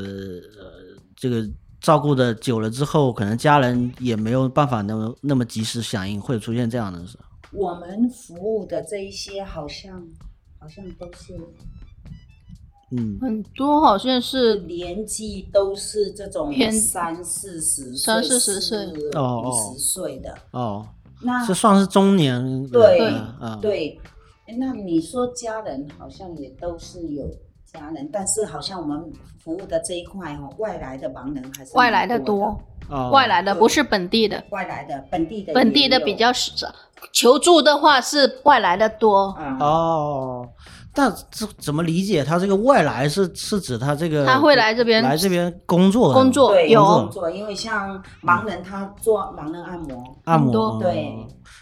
S1: 这个照顾的久了之后，可能家人也没有办法那么那么及时响应，会出现这样的事？
S2: 我们服务的这一些好像好像都是
S1: 嗯
S3: 很多好像是
S2: 年纪都是这种
S3: 偏
S2: 三四十岁、
S3: 三四十岁
S1: 哦哦
S2: 五十岁的
S1: 哦，
S2: 那
S1: 这算是中年人
S2: 啊对
S1: 了啊，
S2: 对。诶那你说家人好像也都是有家人，但是好像我们服务的这一块哦，外来的盲人还是
S3: 外来
S2: 蛮
S3: 的
S2: 多
S3: 多，
S1: 哦
S3: 外来的不是本地的，
S2: 外来的本地的
S3: 本地的
S2: 也有
S3: 比较少。求助的话是外来的多，
S2: 啊、
S1: 哦，但这怎么理解？他这个外来是是指他这个
S3: 他会来这边
S1: 来这边工作的嗯
S3: 工作
S2: 对
S3: 有
S2: 工作，因为像盲人他做盲人按摩，
S1: 按
S3: 很多
S1: 摩嗯
S2: 对。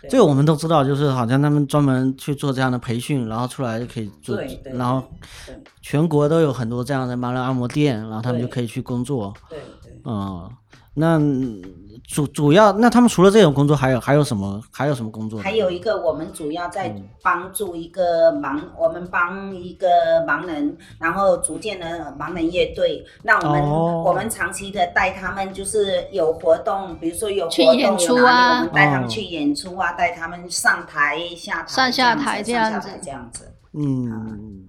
S2: 对
S1: 这个我们都知道，就是好像他们专门去做这样的培训，然后出来就可以做
S2: 对对，
S1: 然后
S2: 对
S1: 全国都有很多这样的盲人按摩店，然后他们就
S2: 对
S1: 可以去工作。
S2: 对对，
S1: 嗯，那嗯主主要那他们除了这种工作，还有还有什么还有什么工作呢？
S2: 还有一个我们主要在
S1: 嗯
S2: 帮助一个盲，我们帮一个盲人，然后组建了盲人乐队。那我们、
S1: 哦
S2: 我们长期的带他们，就是有活动，比如说有活
S3: 去
S2: 动
S3: 演出
S2: 有哪里
S3: 啊
S2: 我们带他
S1: 哦
S2: 们去演出啊，带他们上台下台
S3: 上下台
S2: 这
S3: 这
S2: 样
S3: 样
S2: 子，上
S3: 子
S2: 下台这样子。
S1: 嗯，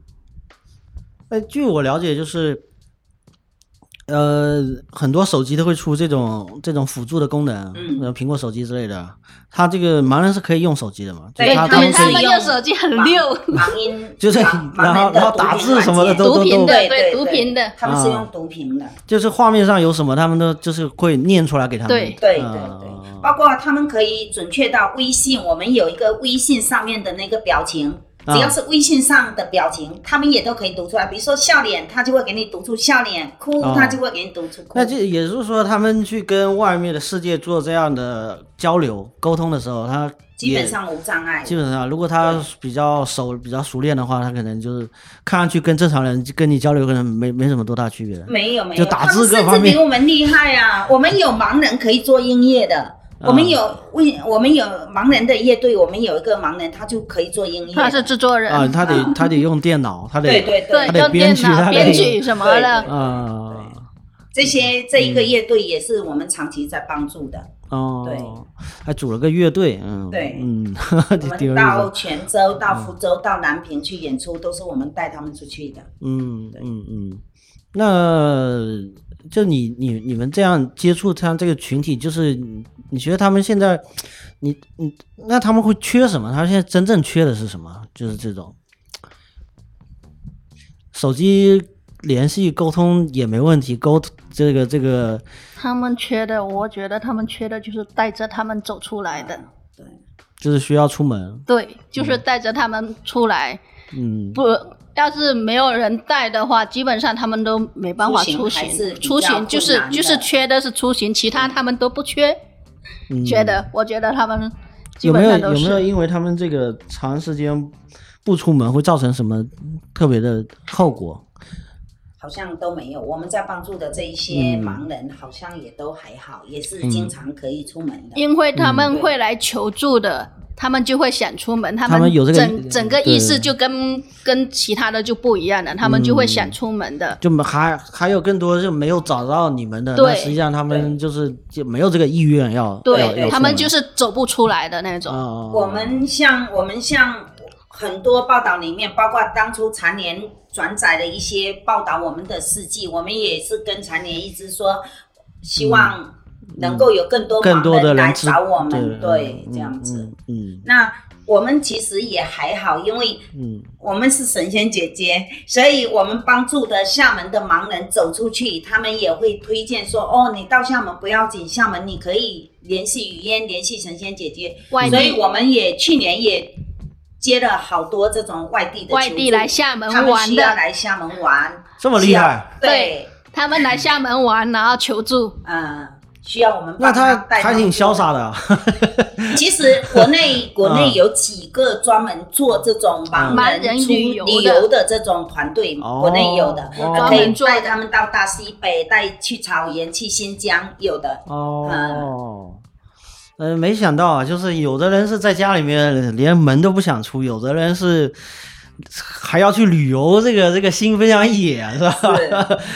S1: 哎，据我了解，就是，呃，很多手机都会出这种这种辅助的功能，
S2: 嗯
S1: 呃，苹果手机之类的，它这个盲人是可以用手机的嘛？就
S2: 对
S1: 他
S2: 他
S1: 他们
S2: 们
S1: 可
S3: 他
S1: 以
S3: 们用手机很溜，
S2: 盲音
S1: 就是
S2: 盲盲
S1: 然后
S2: 人的
S1: 然后
S2: 读
S1: 打
S2: 屏
S1: 字
S2: 软
S1: 什么的
S2: 件
S1: 都
S3: 毒品的
S2: 对
S3: 对
S2: 对
S3: 毒
S2: 对
S3: 品的，
S2: 他们是
S1: 啊
S2: 用读屏的。
S1: 就是画面上有什么，他们都就是会念出来给他们。
S3: 对
S2: 对对
S1: 啊
S2: 对，包括他们可以准确到微信，我们有一个微信上面的那个表情，
S1: 啊
S2: 只要是微信上的表情，他们也都可以读出来。比如说笑脸，他就会给你读出笑脸；哭
S1: 哦，
S2: 他就会给你读出哭
S1: 那。这也就是说，他们去跟外面的世界做这样的交流沟通的时候，他
S2: 基
S1: 也
S2: 本上无障碍。
S1: 基本上，如果他比较熟、比较熟练的话，他可能就是看上去跟正常人跟你交流可能没没什么多大区别。
S2: 没有没
S1: 就
S2: 有，
S1: 打
S2: 他
S1: 字
S2: 们
S1: 各
S2: 甚
S1: 方
S2: 至
S1: 面
S2: 比我们厉害啊！我们有盲人可以做音乐的，
S1: 啊
S2: 我们有为我们有盲人的乐队，我们有一个盲人他就可以做音乐的。
S3: 他是制作人，
S1: 啊，他得他得用电脑，他得
S2: 对对
S3: 对
S1: 他，得
S3: 用
S1: 编
S3: 电
S1: 曲他
S3: 脑
S1: 得
S3: 编曲什么
S2: 对
S3: 的，
S1: 啊
S2: 这些这一个乐队也是我们长期在帮助的。
S1: 哦，还组了个乐队，嗯，
S2: 对
S1: 嗯，
S2: 我
S1: 挺有
S2: 们
S1: 意思
S2: 到
S1: 的，
S2: 泉州、到福州、到南平去演出，都是我们带他们出去的。
S1: 嗯嗯嗯，那就你你你们这样接触他这个群体，就是你你觉得他们现在，你你那他们会缺什么？他们现在真正缺的是什么？就是这种手机联系沟通也没问题，沟通这个这个
S3: 他们缺的，我觉得他们缺的就是带着他们走
S1: 嗯
S3: 出来的，
S2: 对，
S1: 就是需要出门，
S3: 对，就是带着他们出来，
S1: 嗯，
S3: 不，要是没有人带的话，基本上他们都没办法出
S2: 出行还
S3: 行。
S2: 是比较
S3: 出行就
S2: 困
S3: 是
S2: 难的
S3: 就是缺的是出行，其他他们都不缺。缺的，我觉得他们基
S1: 有没有
S3: 本上都
S1: 嗯有
S3: 是
S1: 没有因为他们这个长时间不出门会造成什么特别的后果？
S2: 好像都没有。我们在帮助的这一些
S1: 嗯
S2: 盲人，好像也都还好，也是经常可以出门
S1: 嗯
S2: 的。
S3: 因为他们会来求助的，他们就会想出门，他
S1: 他们有这个
S3: 整整个意识
S1: 对
S3: 就跟跟其他的就不一样了，他们就
S1: 嗯
S3: 会想出门的。
S1: 就还还有更多就没有找到你们的，
S3: 对
S1: 那实际上他们就是就没有这个意愿要要
S3: 对
S1: 要啊
S3: 他们就是是走不出来的那种。
S2: 我们像我们像很多报道里面，包括当初残联转载的一些报道，我们的事迹，我们也是跟残联一直说，希望能够有更多
S1: 嗯更多
S2: 盲
S1: 的
S2: 人来
S1: 人知
S2: 找我们，
S1: 对
S2: 对，
S1: 嗯
S2: 这样子。
S1: 嗯
S2: 那我们其实也还好，因为
S1: 嗯
S2: 我们是神仙姐姐，所以我们帮助的厦门的盲人走出去，他们也会推荐说：哦，你到厦门不要紧，厦门你可以联系雨嫣，联系神仙姐姐。
S3: 外地
S2: 所以我们也去年也接了好多这种外地的
S3: 外
S2: 求
S3: 地
S2: 助
S3: 来厦门
S2: 他们
S3: 玩
S2: 需要
S3: 的，
S2: 来厦门玩，
S1: 这么厉害，
S2: 需要对，
S3: 他们来厦门玩，然后求助。
S2: 嗯、需要我们
S1: 那
S2: 帮
S1: 他
S2: 带
S1: 还挺潇洒的啊，
S2: 其实国内国
S1: 嗯
S2: 内有几个专门做这种盲
S3: 盲人
S2: 人
S3: 旅游
S2: 出旅
S3: 的
S2: 游的这种团队，
S1: 哦
S2: 国内有的，
S1: 哦
S2: 可
S3: 专
S2: 以
S3: 门做的
S2: 带他们到大西北，带去草原，去新疆，有的。
S1: 哦。
S2: 嗯
S1: 呃，没想到啊，就是有的人是在家里面连门都不想出，有的人是还要去旅游，这个这个心非常野，是吧？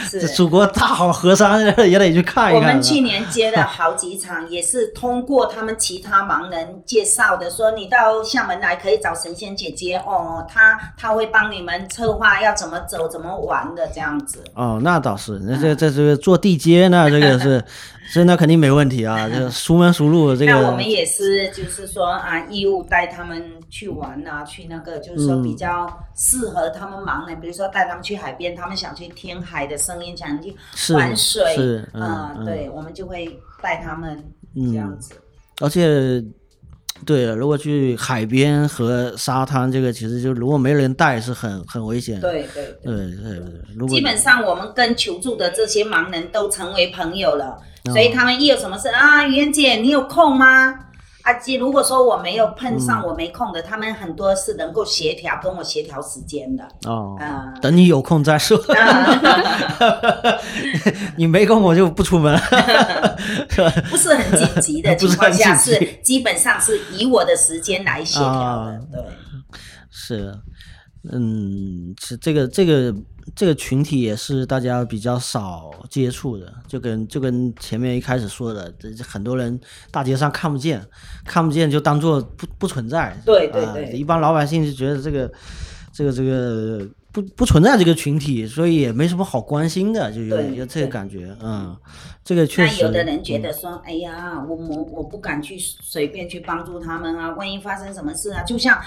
S2: 是
S1: 这
S2: 是
S1: 祖国大好河山也得去看一
S2: 我
S1: 看
S2: 们
S1: 呢。
S2: 去年接了好几场，也是通过他们其他盲人介绍的，说你到厦门来可以找神仙姐姐哦，她她会帮你们策划要怎么走、怎么玩的这样子。
S1: 哦，那倒是，那
S2: 嗯
S1: 这这这个坐地接呢，这个 是，这那肯定没问题啊，这个熟门熟路，这个
S2: 那我们也是，就是说啊，义务带他们去玩啊，去那个，就是说比较适合他们盲人，比如说带他们去海边，他们想去听海的声音，想去
S1: 是
S2: 玩水，
S1: 是嗯
S2: 呃
S1: 嗯
S2: 对，我们就会带他们这样子。
S1: 而且，对了，如果去海边和沙滩，这个其实就如果没人带是很很危险。
S2: 对对对。
S1: 对对对，嗯如果
S2: 基本上我们跟求助的这些盲人都成为朋友了，
S1: 嗯
S2: 所以他们一有什么事啊，袁姐你有空吗？啊，姐，如果说我没有碰
S1: 嗯
S2: 上我没空的，他们很多是能够协调跟我协调时间 的。
S1: 哦
S2: 啊，
S1: 等你有空再说，
S2: 啊
S1: 你没空我就不出门了。
S2: 不是很紧急的
S1: 不
S2: 情
S1: 是很
S2: 况下，
S1: 紧急啊
S2: 是基本上是以我的时间来协调的。对，
S1: 是，嗯，是这个这个这个群体也是大家比较少接触的，就跟就跟前面一开始说的，这很多人大街上看不见，看不见就当做不不存在。
S2: 对对
S1: 啊
S2: 对
S1: 一般老百姓就觉得这个这个这个不不存在这个群体，所以也没什么好关心的，就有
S2: 对
S1: 有这个
S2: 对
S1: 感觉，嗯，这个确
S2: 那
S1: 实。
S2: 有的人觉得说，哎呀，我我我不敢去随便去帮助他们啊，万一发生什么事啊，就像。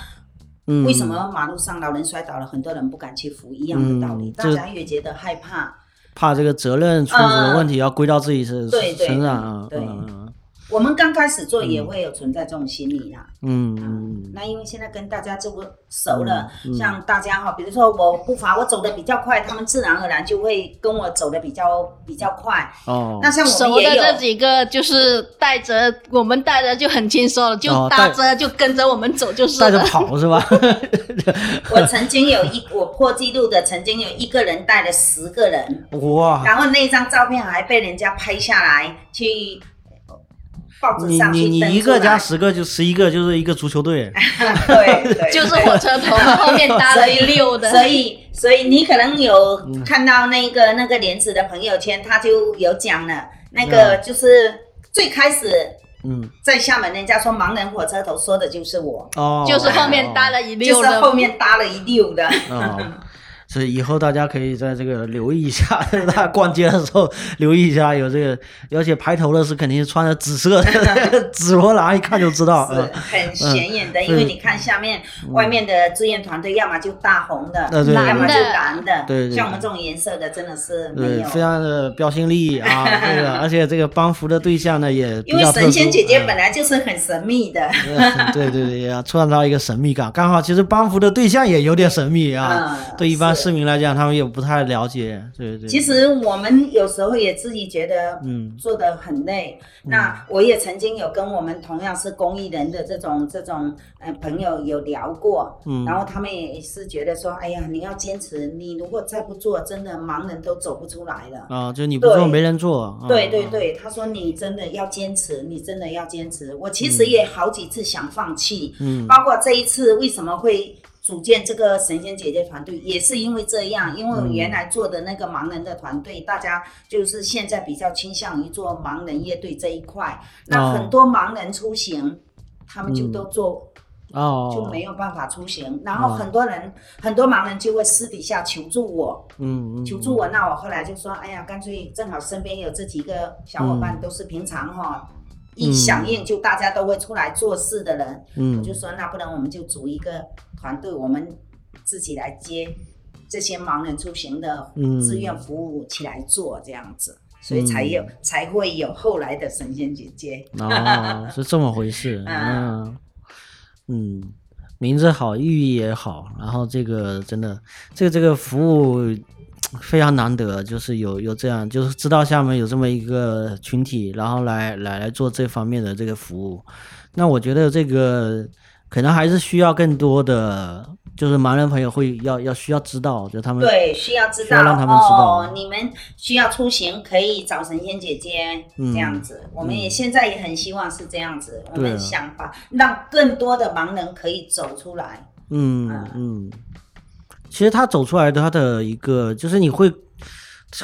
S1: 嗯
S2: 为什么马路上老人摔倒了，很多人不敢去扶一样的道理？
S1: 嗯
S2: 大家也觉得害怕。
S1: 怕这个责任出什么问题要归到自己身
S2: 呃对对
S1: 身上啊，
S2: 对
S1: 嗯嗯
S2: 我们刚开始做也会有存在这种心理啦。
S1: 嗯嗯。
S2: 那因为现在跟大家这个熟了，像大家哈，比如说我步伐我走的比较快，他们自然而然就会跟我走的比较比较快。
S1: 哦，
S2: 那像我
S3: 熟
S2: 们
S3: 的
S2: 嗯也有
S3: 这几个就是带着我们带着就很轻松了，就
S1: 哦
S3: 搭
S1: 带
S3: 着就跟着我们走就是
S1: 带着
S3: 了。
S1: 跑是吧？
S2: 我曾经有一我破纪录的，曾经有一个人带了十个人，
S1: 哇，
S2: 然后那张照片还被人家拍下来，去报纸
S1: 你
S2: 上
S1: 你
S2: 去
S1: 你
S2: 登
S1: 一
S2: 出
S1: 个加
S2: 来。
S1: 十个就十一个，就是一个足球队。
S2: 对，对
S3: 就是火车头后面搭了一溜的，
S2: 所以，所以你可能有
S1: 嗯
S2: 看到那个那个莲子的朋友圈，他就有讲了，那个就是最开始
S1: 嗯，
S2: 在厦门，人家说盲人火车头说的就是我，
S1: 哦，
S3: 就是后面搭了一
S2: 就
S3: 溜
S2: 是
S3: 的。
S2: 后面搭了一溜的。
S1: 哦。所以以后大家可以在这个留意一下， 大家逛街的时候留意一下有这个，而且排头的是肯定是穿着紫色的 紫罗兰，一看就知道。 啊
S2: 是
S1: 嗯
S2: 很显眼的，因为你看下面外面的志愿团队，要么就大红的，
S1: 呃对
S2: 要么就
S3: 蓝的
S2: 蓝的，
S1: 对对
S2: 像我们这种颜色的真的是没
S1: 对，
S2: 有。
S1: 非常的标新立异啊，对的，而且这个帮扶的对象呢也比
S2: 因为
S1: 较特殊。
S2: 神仙姐姐
S1: 嗯
S2: 本来就是很神秘的，
S1: 嗯 对对对，要创造一个神秘感。刚好其实帮扶的对象也有点神秘啊，
S2: 嗯
S1: 对一般
S2: 是
S1: 市民来讲，他们也不太了解。对对，
S2: 其实我们有时候也自己觉得，
S1: 嗯
S2: 做的很累。那我也曾经有跟我们同样是公益人的这种这种呃朋友有聊过，
S1: 嗯
S2: 然后他们也是觉得说，哎呀，你要坚持，你如果再不做，真的盲人都走不出来了。
S1: 啊，就你不做
S2: 对
S1: 没人做。啊
S2: 对对，对，他说你真的要坚持，你真的要坚持。我其实也好几次想放弃，
S1: 嗯
S2: 包括这一次为什么会组建这个神仙姐姐团队，也是因为这样，因为
S1: 嗯
S2: 我原来做的那个盲人的团队，大家就是现在比较倾向于做盲人乐队这一块，那
S1: 哦
S2: 很多盲人出行，他们就
S1: 嗯
S2: 都做
S1: 哦，嗯
S2: 就没有办法出行，然后很多人很多盲人就会私底下求助我，
S1: 嗯嗯，
S2: 求助我，那我后来就说，哎呀，干脆正好身边有这几个小伙
S1: 嗯
S2: 伴，都是平常哈、一响应就大家都会出来做事的人，我
S1: 嗯
S2: 就说那不然我们就组一个团队，我们自己来接这些盲人出行的
S1: 嗯
S2: 志愿服务起来做这样子，所以才有、才会有后来的神仙姐姐。
S1: 哦，是这么回事。嗯嗯，名字好，寓意也好，然后这个真的，这个这个服务非常难得，就是有有这样，就是知道厦门有这么一个群体，然后来来来做这方面的这个服务。那我觉得这个可能还是需要更多的，就是盲人朋友会要要需要知道，就他们
S2: 对，需要知
S1: 嗯需
S2: 道
S1: 要让他们知道
S2: 哦，你们需要出行可以找神仙姐姐、
S1: 嗯
S2: 这样子。我们也现在也很希望是这样子，我
S1: 对啊
S2: 们想把让更多的盲人可以走出来。啊
S1: 嗯，嗯，其实他走出来的他的一个，就是你会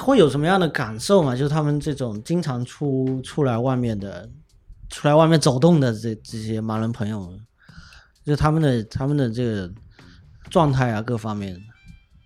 S1: 会有什么样的感受嘛？就是他们这种经常出出来外面的，出来外面走动的这这些盲人朋友，就他们的他们的这个状态啊，各方面，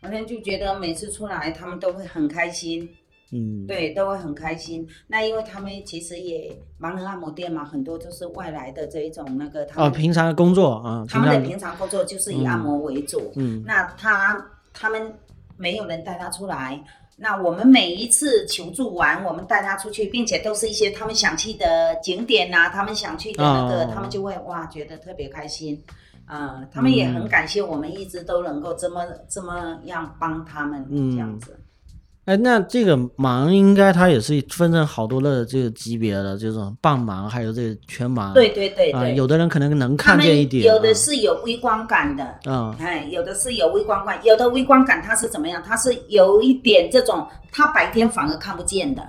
S2: 反正就觉得每次出来，他们都会很开心，
S1: 嗯，
S2: 对，都会很开心。那因为他们其实也盲人按摩店嘛，很多都是外来的这一种那个他
S1: 啊，
S2: 们、
S1: 平常的工作啊，
S2: 他
S1: 平
S2: 们的
S1: 常
S2: 平常工作就是以按摩为主。
S1: 嗯
S2: 那他他们没有人带他出来，那我们每一次求助完，我们带他出去，并且都是一些他们想去的景点呐、他们想去的那个，
S1: 哦
S2: 他们就会哇觉得特别开心。呃，
S1: 嗯
S2: 他们也很感谢我们一直都能够这么这么样帮他们
S1: 嗯
S2: 这样子。
S1: 哎，那这个盲应该它也是分成好多的这个级别的，这种半盲还有这个全盲，
S2: 对对对
S1: 啊、
S2: 对，
S1: 有的人可能能
S2: 他
S1: 看
S2: 们
S1: 见一点，
S2: 有的
S1: 啊
S2: 是有微光感的，
S1: 啊、
S2: 哎，有的是有微观感，有的微观感它是怎么样？它是有一点这种，它白天反而看不见的，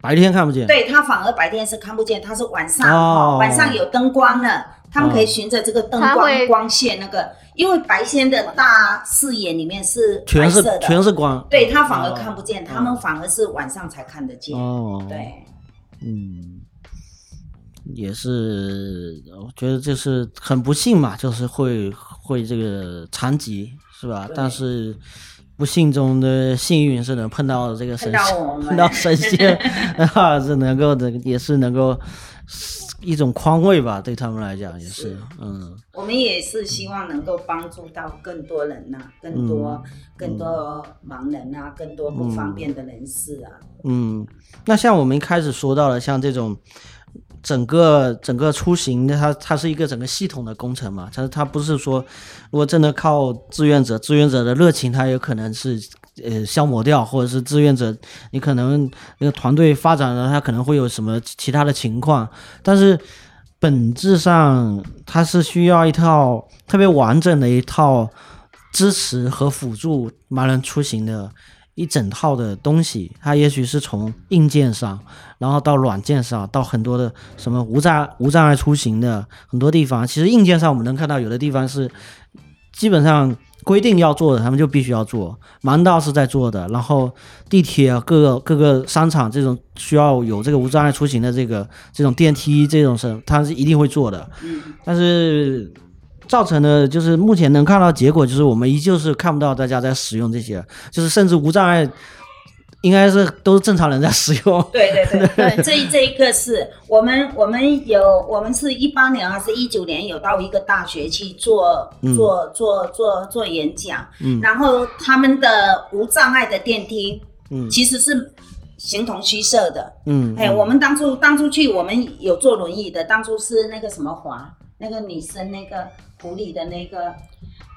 S1: 白天看不见，
S2: 对，它反而白天是看不见，它是晚上，
S1: 哦
S2: 哦、晚上有灯光了，他们可以循着这个灯
S3: 哦它
S2: 光、
S3: 会
S2: 光线那个，因为白天的大视野里面是白
S1: 全
S2: 色
S1: 是
S2: 的，
S1: 全是光。
S2: 对，它反而看不见，他们
S1: 哦
S2: 反而是晚上才看得见，
S1: 哦，，
S2: 对，
S1: 嗯，也是，我觉得就是很不幸嘛，就是会会这个残疾是吧？
S2: 对
S1: 但是不幸中的幸运是能碰到这个神
S2: 看
S1: 仙
S2: 到，我们
S1: 碰到神 仙啊，是能够的，也是能够一种宽慰吧，对他们来讲也是，
S2: 是
S1: 嗯
S2: 我们也是希望能够帮助到更多人呐、更多、
S1: 嗯
S2: 更多盲人呐、更多不方便的人士啊。
S1: 嗯。那像我们一开始说到了，像这种。整个整个出行的它它是一个整个系统的工程嘛，它它不是说，如果真的靠志愿者，志愿者的热情它有可能是呃消磨掉，或者是志愿者你可能那个团队发展了，它可能会有什么其他的情况，但是本质上它是需要一套特别完整的一套支持和辅助盲人出行的。一整套的东西，它也许是从硬件上，然后到软件上，到很多的什么无障无障碍出行的很多地方，其实硬件上我们能看到有的地方是基本上规定要做的，他们就必须要做。盲道是在做的，然后地铁啊各个各个商场这种需要有这个无障碍出行的这个这种电梯这种是，它是一定会做的。但是造成的就是目前能看到结果，就是我们依旧是看不到大家在使用这些，就是甚至无障碍，应该是都是正常人在使 用。
S2: 对对对对， 这这一个是我们我们有我们是一八年还啊是一九年有到一个大学去做做做做做演讲，然后他们的无障碍的电梯，
S1: 嗯
S2: 其实是形同虚设的。
S1: 嗯，
S2: 哎，我们当初当初去，我们有坐轮椅的，当初是那个什么华，那个女生那个普里的那个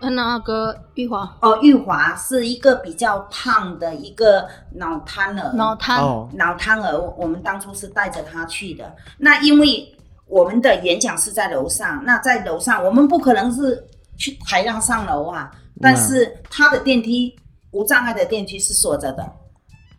S3: 嗯，那个玉华
S2: 哦，玉华是一个比较胖的一个脑瘫儿，
S3: 脑瘫，
S1: 哦，
S2: 脑瘫儿，我们当初是带着他去的。那因为我们的演讲是在楼上，那在楼上我们不可能是去抬他上楼啊，但是他的电梯。无障碍的电梯是锁着的，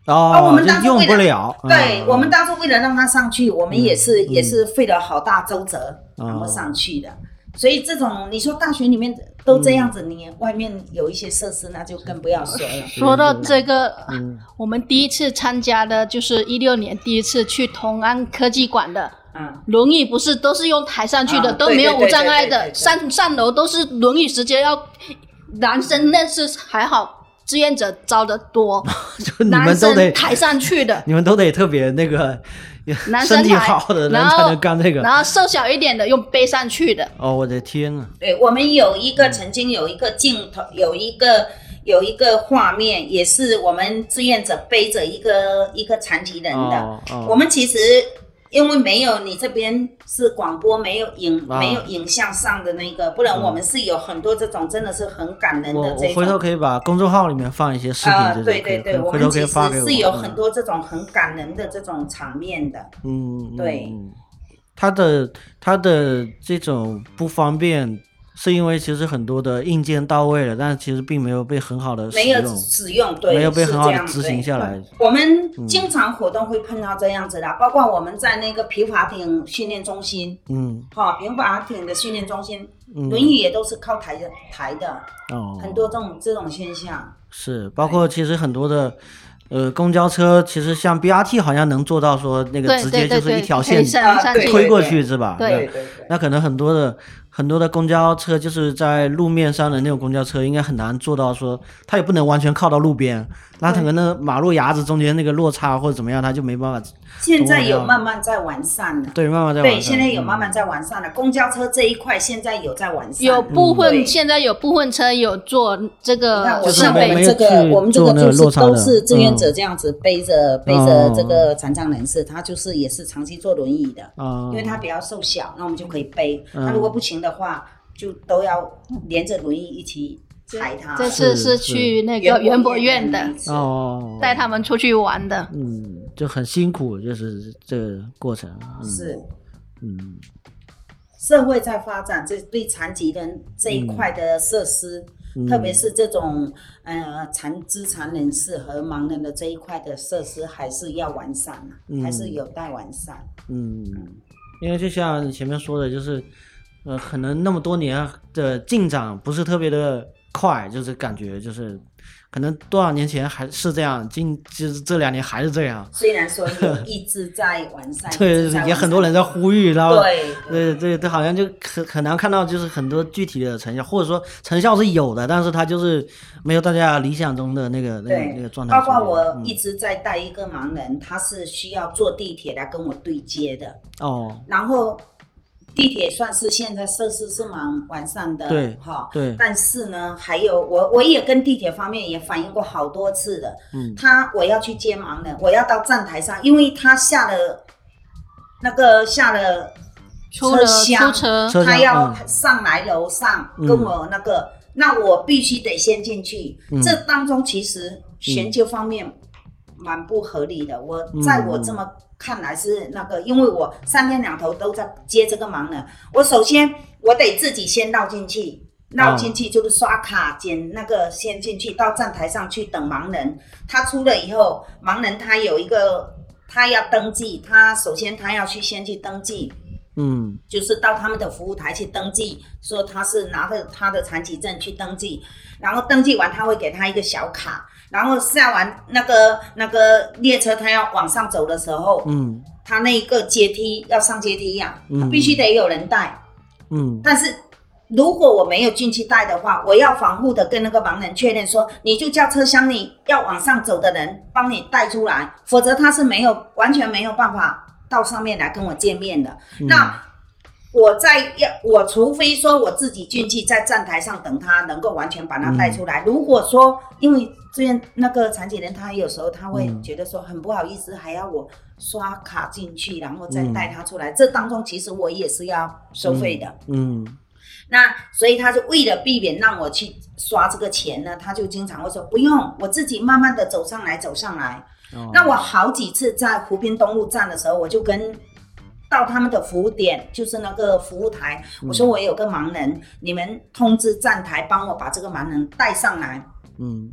S1: 哦，
S2: 我们
S1: 就
S2: 当初
S1: 用
S2: 为
S1: 不
S2: 了
S1: 了。
S2: 对
S1: 嗯
S2: 我们当初为了让他上去，我们也是、
S1: 嗯
S2: 也是费了好大周折，
S1: 哦
S2: 然后上去的。所以这种你说大学里面都这样子，
S1: 嗯
S2: 你外面有一些设施，那就更不要说了。
S3: 说到这个，
S1: 嗯
S3: 我们第一次参加的就是一六年第一次去同安科技馆的。
S2: 嗯，
S3: 轮椅不是都是用抬上去的，
S2: 啊
S3: 都没有无障碍
S2: 对对对对对
S3: 的。
S2: 对
S3: 上上楼都是轮椅，直接要男生那是还好，志愿者招的多，
S1: 就 你
S3: 男
S1: 们都
S3: 生
S1: 得，，
S3: 抬上去的
S1: 你们都得特别那个，
S3: 男
S1: 身
S3: 生
S1: 体
S3: 抬
S1: 好的人
S3: 然
S1: 才
S3: 后
S1: 能干这个。
S3: 然后瘦小一点的用背上去的。
S1: 哦，我的天呐，
S2: 对，我们有一
S1: 嗯
S2: 个曾经有一个镜头，有一个有一个画面，也是我们志愿者背着一个一个残疾人的。
S1: 哦哦
S2: 我们其实因为没有你这边是广播，没有影、
S1: 啊
S2: 没有影像上的那个，不然我们是有很多这种真的是很感人
S1: 我
S2: 的
S1: 我
S2: 这
S1: 回头
S2: 种。
S1: 可以把公众号里面放一些视频
S2: 啊、
S1: 这种，
S2: 对对
S1: 可
S2: 对，
S1: 以
S2: 我
S1: 回
S2: 们
S1: 头可以
S2: 其
S1: 发给
S2: 实
S1: 我。嗯
S2: 是有很多这种很感人的这种场面的。
S1: 嗯，嗯，
S2: 对
S1: 嗯它的它的这种不方便，是因为其实很多的硬件到位了，但是其实并没有被很好的使
S2: 没有
S1: 用。
S2: 使用，对，
S1: 没有被
S2: 是
S1: 很好地
S2: 这样
S1: 执行
S2: 对
S1: 下来
S2: 我们经常活动会碰到这样子的，包括我们在那个皮划艇训练中心，
S1: 嗯
S2: 哈、皮划艇的训练中心，
S1: 嗯，
S2: 轮椅也都是靠抬的抬的，
S1: 哦，
S2: 很多这种这种现象。
S1: 是包括其实很多的。呃，公交车其实像 BRT 好像能做到说那个
S3: 对
S1: 直
S3: 对
S1: 接就
S3: 对
S1: 是一
S3: 对，
S1: 条
S3: 可
S1: 线
S3: 以上
S2: 啊
S3: 上
S2: 对
S3: 去。
S1: 推过去是吧？
S3: 对
S1: 那
S2: 对对，
S1: 那可能很多的很多的公交车就是在路面上的那种公交车，应该很难做到说它也不能完全靠到路边，那可能那马路牙子中间那个落差或者怎么样，它就没办法
S2: 现在
S1: 懂我
S2: 有
S1: 了
S2: 慢慢在完善了。
S1: 对慢慢在往
S2: 对，
S1: 上
S2: 现在有慢慢在完善了。公交车这一块现在有在完善，
S3: 有部
S2: 对
S3: 分现在有部分车有做这
S2: 你看
S3: 个
S1: 就
S2: 我
S1: 是
S2: 上
S3: 设
S1: 我们
S2: 面
S1: 没
S3: 备，
S1: 有
S2: 这个，
S1: 去
S2: 我们这
S1: 做
S2: 个
S1: 那个
S2: 就
S1: 落
S2: 是
S1: 差
S2: 都
S1: 的
S2: 是志愿
S1: 嗯
S2: 者
S1: 哦
S2: 这样子背着背着这个残障人士，他就是也是长期坐轮椅的，
S1: 啊，
S2: 因为他比较瘦小，那我们就可以背。
S1: 嗯
S2: 那如果不行的话，就都要连着轮椅一起抬他。
S3: 这次
S1: 是是
S3: 是去那个园博院
S2: 那
S3: 的
S2: 一，次
S1: 哦，
S3: 带他们出去玩的。
S1: 嗯就很辛苦，就是这个过程，嗯
S2: 是
S1: 嗯
S2: 社会在发展，这对残疾人这
S1: 嗯
S2: 一块的设施，特别是这种呃残肢残人士和盲人的这一块的设施，还是要完善啊，
S1: 嗯
S2: 还是有待完善。
S1: 嗯，因为就像你前面说的，就是呃，可能那么多年的进展不是特别的快，就是感觉就是可能多少年前还是这样，今就是这两年还是这样。
S2: 虽然说有一直在完善，一
S1: 对
S2: 直在，完
S1: 也
S2: 善
S1: 很多人在呼吁，然后
S2: 对
S1: 对对对，好像就很很难看到就是很多具体的成效，或者说成效是有的，但是它就是没有大家理想中的那个那个那个
S2: 对，
S1: 状态
S2: 包
S1: 出现。
S2: 括我
S1: 嗯
S2: 一直在带一个盲人，他是需要坐地铁来跟我对接的，
S1: 哦，
S2: 然后。地铁算是现在设施是蛮完善的，
S1: 对
S2: 哈，
S1: 对
S2: 但是呢，还有我我也跟地铁方面也反映过好多次的，
S1: 嗯
S2: 他我要去接盲人，我要到站台上，因为他下了那个下了
S3: 出
S2: 车
S3: 了出
S2: 厢
S3: 车，
S1: 车
S2: 他
S1: 厢
S2: 要
S1: 嗯
S2: 上来楼上
S1: 嗯
S2: 跟我那个，那我必须得先进去。
S1: 嗯
S2: 这当中其实衔接方面蛮不合理的。我
S1: 嗯
S2: 在我这么看来是那个，因为我三天两头都在接这个盲人，我首先我得自己先绕进去。绕进去就是刷卡捡那个先进去到站台上去等盲人，他出了以后，盲人他有一个他要登记，他首先他要去先去登记，
S1: 嗯
S2: 就是到他们的服务台去登记，说他是拿着他的残疾证去登记，然后登记完他会给他一个小卡，然后下完那个那个列车他要往上走的时候，
S1: 嗯
S2: 他那一个阶梯要上阶梯呀、
S1: 嗯
S2: 他必须得有人带，
S1: 嗯
S2: 但是如果我没有进去带的话，我要防护的跟那个盲人确认说，你就叫车厢里要往上走的人帮你带出来，否则他是没有完全没有办法到上面来跟我见面的。
S1: 嗯
S2: 那我在要我除非说我自己进去在站台上等他能够完全把他带出来。如果说因为这样那个残疾人他有时候他会觉得说很不好意思，还要我刷卡进去，然后再带他出来，这当中其实我也是要收费的。
S1: 嗯
S2: 那所以他就为了避免让我去刷这个钱呢，他就经常会说不用，我自己慢慢的走上来，走上来。
S1: 哦
S2: 那我好几次在湖滨东路站的时候，我就跟到他们的服务点，就是那个服务台，我说我有个盲人，你们通知站台帮我把这个盲人带上来。
S1: 嗯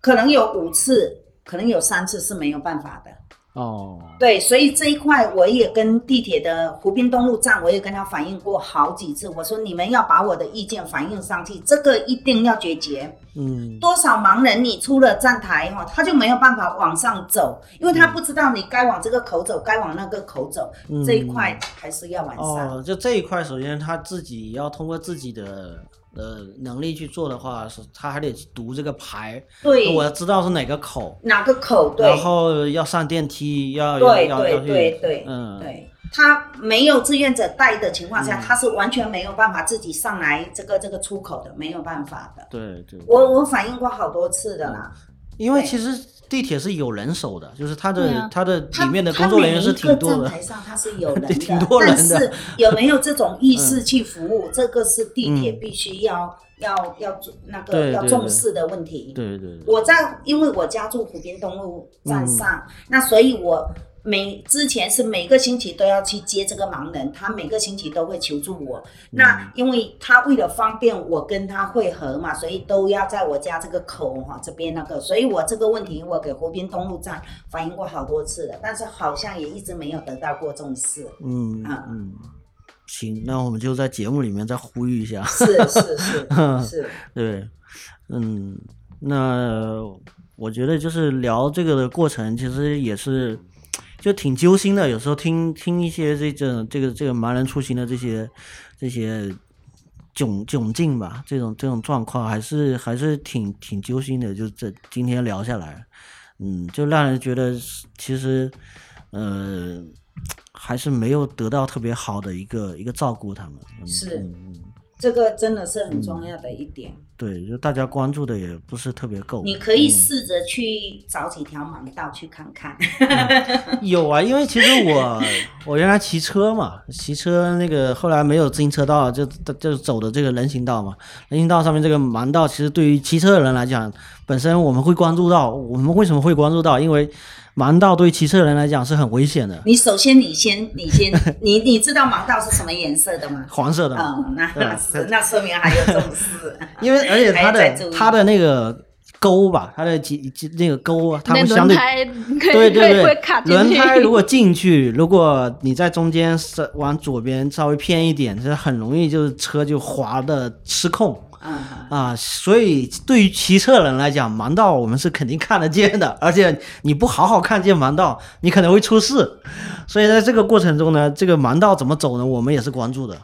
S2: 可能有五次，可能有三次是没有办法的。
S1: 哦
S2: 对，所以这一块我也跟地铁的湖滨东路站，我也跟他反映过好几次。我说你们要把我的意见反映上去，这个一定要解决。
S1: 嗯
S2: 多少盲人你出了站台哈，他就没有办法往上走，因为他不知道你该往这个口走，该往那个口走，
S1: 嗯
S2: 这一块还是要完善。
S1: 哦，就这一块，首先他自己要通过自己的呃能力去做的话，是他还得读这个牌，
S2: 对，
S1: 我要知道是哪个口，
S2: 哪个口对？
S1: 然后要上电梯，要
S2: 对
S1: 要
S2: 对
S1: 要
S2: 对
S1: 去，
S2: 对
S1: 嗯，
S2: 对，他没有志愿者带的情况下，他是完全没有办法自己上来这个这个出口的，没有办法的。
S1: 对对，
S2: 我我反映过好多次的啦，
S1: 因为
S2: 对
S1: 其实地铁是有人手的，就是它
S3: 对
S1: 的
S3: 啊
S1: 它的
S2: 他
S1: 里面的工作人员是挺多
S2: 他每一个
S1: 的
S2: 站，台上他是有人的，
S1: 对 挺多人的嗯
S2: 但是有没有这种意识去服务，这个是地铁必须要、要要做那个
S1: 对
S2: 要
S1: 对
S2: 重
S1: 对
S2: 视的问题。
S1: 对对对，
S2: 我在因为我家住湖滨东路站上，
S1: 嗯
S2: 那所以我每之前是每个星期都要去接这个盲人，他每个星期都会求助我。
S1: 嗯
S2: 那因为他为了方便我跟他会合嘛，所以都要在我家这个口哈、这边那个，所以我这个问题我给湖滨东路站反映过好多次了，但是好像也一直没有得到过 重视。
S1: 嗯
S2: 啊
S1: 嗯，行，那我们就在节目里面再呼吁一下，啊
S2: 是是是是，
S1: 对，嗯，那我觉得就是聊这个的过程，其实也是就挺揪心的。有时候听听一些这种这个这个盲人出行的这些这些窘窘境吧，这种这种状况还是还是挺挺揪心的。就这今天聊下来，嗯，就让人觉得是其实，呃。还是没有得到特别好的一个一个照顾，他们嗯
S2: 是
S1: 嗯嗯
S2: 这个真的是很重要的一点。
S1: 对，就大家关注的也不是特别够。嗯
S2: 你可以试着去找几条盲道去看看。
S1: 有啊，因为其实我 我原来骑车嘛，骑车那个后来没有自行车道，就就走的这个人行道嘛。人行道上面这个盲道，其实对于骑车的人来讲，本身我们会关注到，我们为什么会关注到？因为盲道对于骑车的人来讲是很危险的，
S2: 你首先你先 你先你你知道盲道是什么颜色的吗？
S1: 黄色的嘛。
S2: 嗯，那
S1: 对
S2: 那是那说明还有重视。
S1: 因为而且它
S2: 还要再
S1: 的
S2: 注意
S1: 它的那个沟吧，它的几几那个沟啊，它
S3: 那
S1: 会相对
S3: 轮胎 可
S1: 对对
S3: 以会
S1: 对
S3: 会卡，进
S1: 轮
S3: 去。
S1: 胎如果进去，如果你在中间是往左边稍微偏一点，这很容易就是车就滑的失控
S2: 嗯，
S1: 啊。所以对于骑车人来讲，盲道我们是肯定看得见的，而且你不好好看见盲道，你可能会出事。所以在这个过程中呢，这个盲道怎么走呢？我们也是关注的。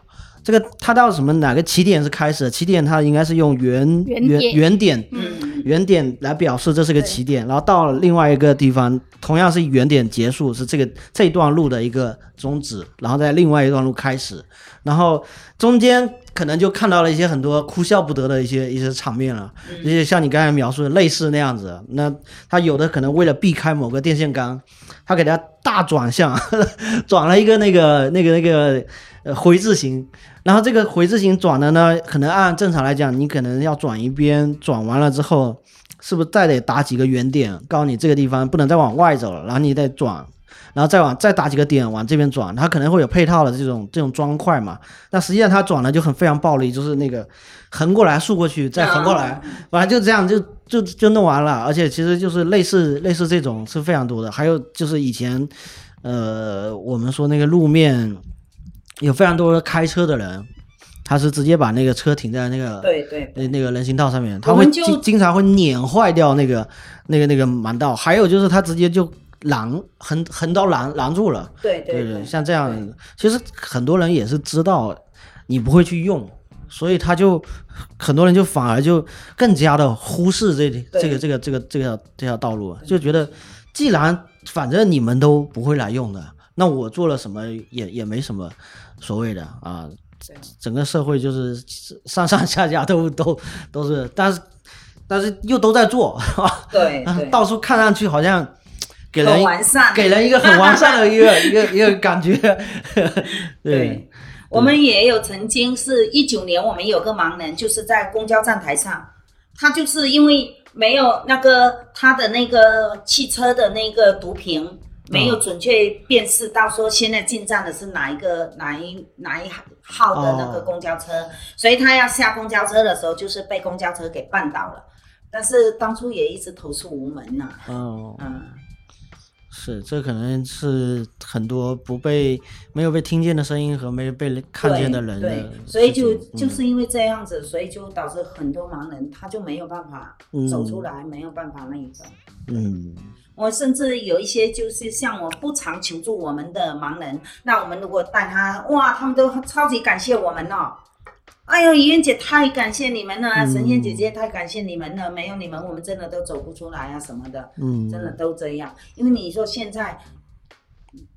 S1: 这个它到什么哪个起点是开始的？起点它应该是用原
S3: 原
S1: 原
S3: 点
S1: 原点
S2: 嗯，
S1: 原点来表示这是个起点，然后到了另外一个地方，同样是以原点结束，是这个这一段路的一个终止，然后在另外一段路开始，然后中间可能就看到了一些很多哭笑不得的一些一些场面了，就是像你刚才描述的类似那样子，那他有的可能为了避开某个电线杆，他给他大转向， 转了一个那个那个那个呃回字形，然后这个回字形转的呢，可能按正常来讲，你可能要转一边，转完了之后，是不是再得打几个圆点，告诉你这个地方不能再往外走了，然后你得转，然后再往再打几个点往这边转，它可能会有配套的这种这种砖块嘛。那实际上它转的就很非常暴力，就是那个横过来竖过去再横过来，完了就这样就就就弄完了。而且其实就是类似类似这种是非常多的，还有就是以前，呃，我们说那个路面。有非常多的开车的人，他是直接把那个车停在那个
S2: 对对，
S1: 那那个人行道上面，他
S2: 我
S1: 会
S2: 们就
S1: 经经常会碾坏掉那个那个那个盲道，还有就是他直接就拦横横刀拦拦住了，
S2: 对
S1: 对
S2: 对，
S1: 像这样，其实很多人也是知道你不会去用，所以他就很多人就反而就更加的忽视这里这个这个这个这条这条道路，啊就觉得既然反正你们都不会来用的，那我做了什么也也没什么所谓的啊。整个社会就是上上下下都都都是，但是但是又都在做，
S2: 对，对
S1: 到处看上去好像给人
S2: 完善，
S1: 给人一个很完善的一 个一个一个感觉，对。
S2: 我们也有曾经是一九年，我们有个盲人，就是在公交站台上，他就是因为没有那个他的那个汽车的那个毒品没有准确辨识到说现在进站的是哪一个哪一哪一号的那个公交车，所以他要下公交车的时候就是被公交车给绊倒了，但是当初也一直投诉无门呐、
S1: 哦，
S2: 嗯，
S1: 是，这可能是很多不被没有被听见的声音和没被看见的人的
S2: 对，对所以就
S1: 事情嗯
S2: 就是因为这样子，所以就导致很多盲人他就没有办法走出来，没有办法那一种。
S1: 嗯
S2: 我甚至有一些就是像我不常求助我们的盲人，那我们如果带他，哇，他们都超级感谢我们哦。哎呦，怡燕姐太感谢你们了，啊
S1: 嗯
S2: 神仙姐姐太感谢你们了，没有你们我们真的都走不出来啊什么的，
S1: 嗯
S2: 真的都这样。因为你说现在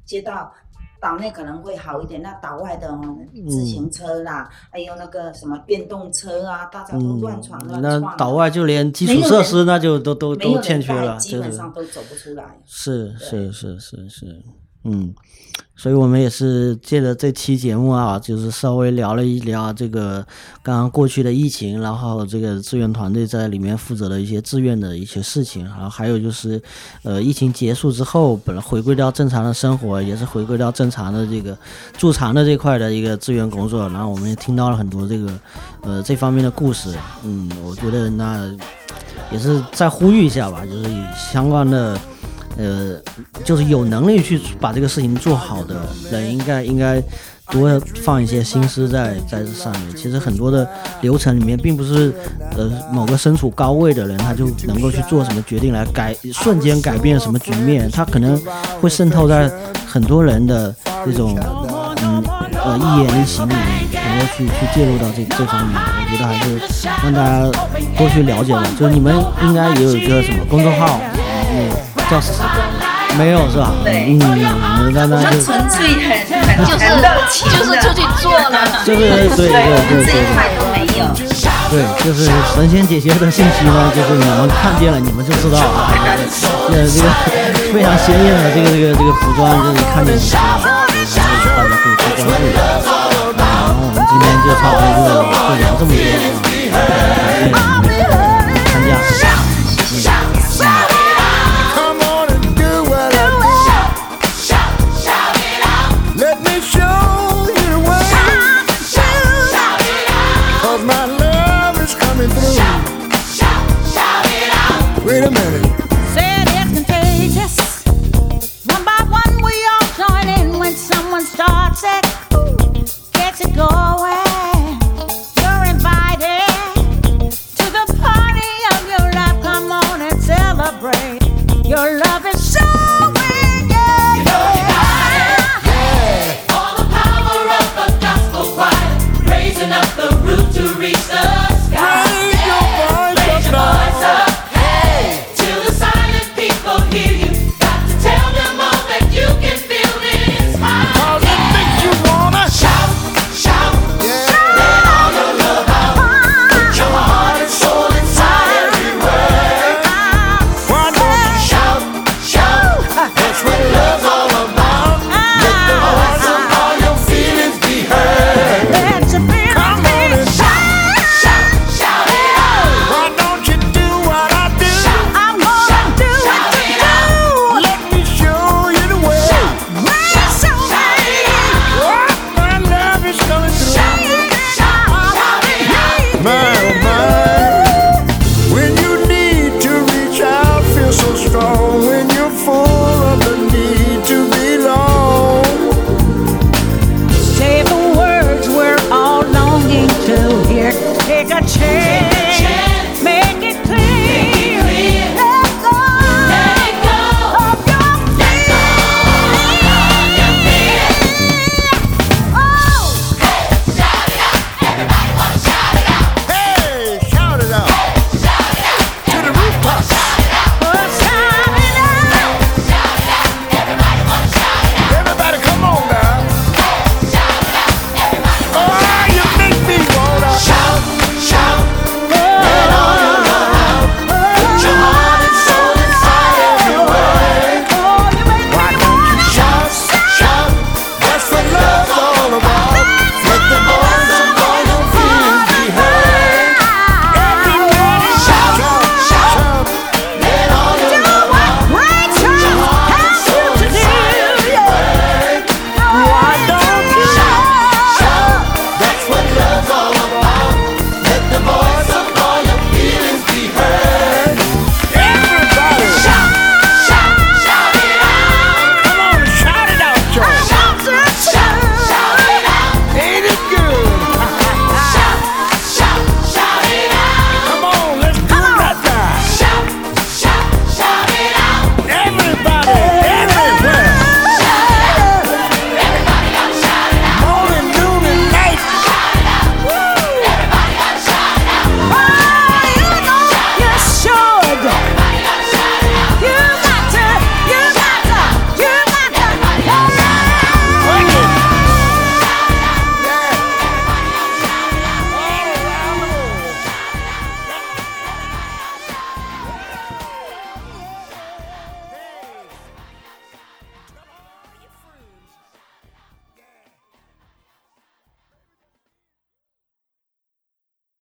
S2: 街道岛内可能会好一点，那岛外的哦，
S1: 嗯
S2: 自行车啦，还有那个什么电动车啊，大家都乱闯
S1: 嗯，
S2: 乱
S1: 那
S2: 撞啊，
S1: 岛外就连基
S2: 没
S1: 础
S2: 有
S1: 设
S2: 人
S1: 施那就都都
S2: 没有
S1: 都
S2: 人
S1: 欠缺
S2: 带
S1: 了，
S2: 基
S1: 真
S2: 本
S1: 的
S2: 上都走不出来。
S1: 是是是是是，嗯，所以我们也是借着这期节目啊，就是稍微聊了一聊这个刚刚过去的疫情，然后这个志愿团队在里面负责的一些志愿的一些事情，然后还有就是，呃，疫情结束之后，本来回归到正常的生活，也是回归到正常的这个驻场的这块的一个志愿工作，然后我们也听到了很多这个呃这方面的故事，嗯，我觉得那。也是再呼吁一下吧，就是相关的，呃，就是有能力去把这个事情做好的人，应该应该多放一些心思在在这上面。其实很多的流程里面，并不是呃某个身处高位的人他就能够去做什么决定来改瞬间改变什么局面，他可能会渗透在很多人的这种嗯呃一言一行里面，能够去去介入到这这方面。我觉得还是让大家多去了解吧。就是你们应该也有一个什么公众号，嗯，叫没有是吧？
S2: 对
S1: 嗯，嗯让大
S2: 我
S1: 家就
S2: 们纯粹很很
S3: 就是
S2: 很热情的，
S3: 就是出去做了，
S1: 就是对对对
S2: 对我
S1: 对
S2: 们这一
S1: 对。
S2: 块都没有。
S1: 对，就是神仙姐姐的信息呢，就是你们看见了，你们就知道啊。这这个非常鲜艳的这个这个这个服装，就是看见就知道了，然后大家可以去关注一下。然后我们今天就差不多就就聊这么多啊，感谢你们的参加。
S4: Come on and do what I Let me show you the way. Cause my love is coming through. Wait a minute.
S5: said it's contagious. One by one, we all join in when someone starts it. Gets it going. You're invited to the party of your life. Come on and celebrate. Your love is showing. Yeah, yeah.
S6: All the power of the gospel choir, raising up the roof to reach the sky.
S4: Raise your voice
S6: Raise
S4: up
S6: your voice
S4: now.
S6: up, hey, till the silent people hear you. Got to tell them all that you can feel this high.
S4: Cause it makes you wanna shout.
S6: Shout, let all your love out. Put your heart and soul inside every word.
S4: Why don't you shout?
S6: Shout, shout, that's what love's all about. Let the voice of all your feelings be heard.
S5: It's a big,
S4: Come on
S5: big
S4: and
S5: shout.
S6: Shout, shout it out.
S4: Why don't you do what I do?
S5: I wanna do what you do.
S4: Let me show you the way.
S5: Raise your
S4: What my love is coming through.
S5: Oh, Oh,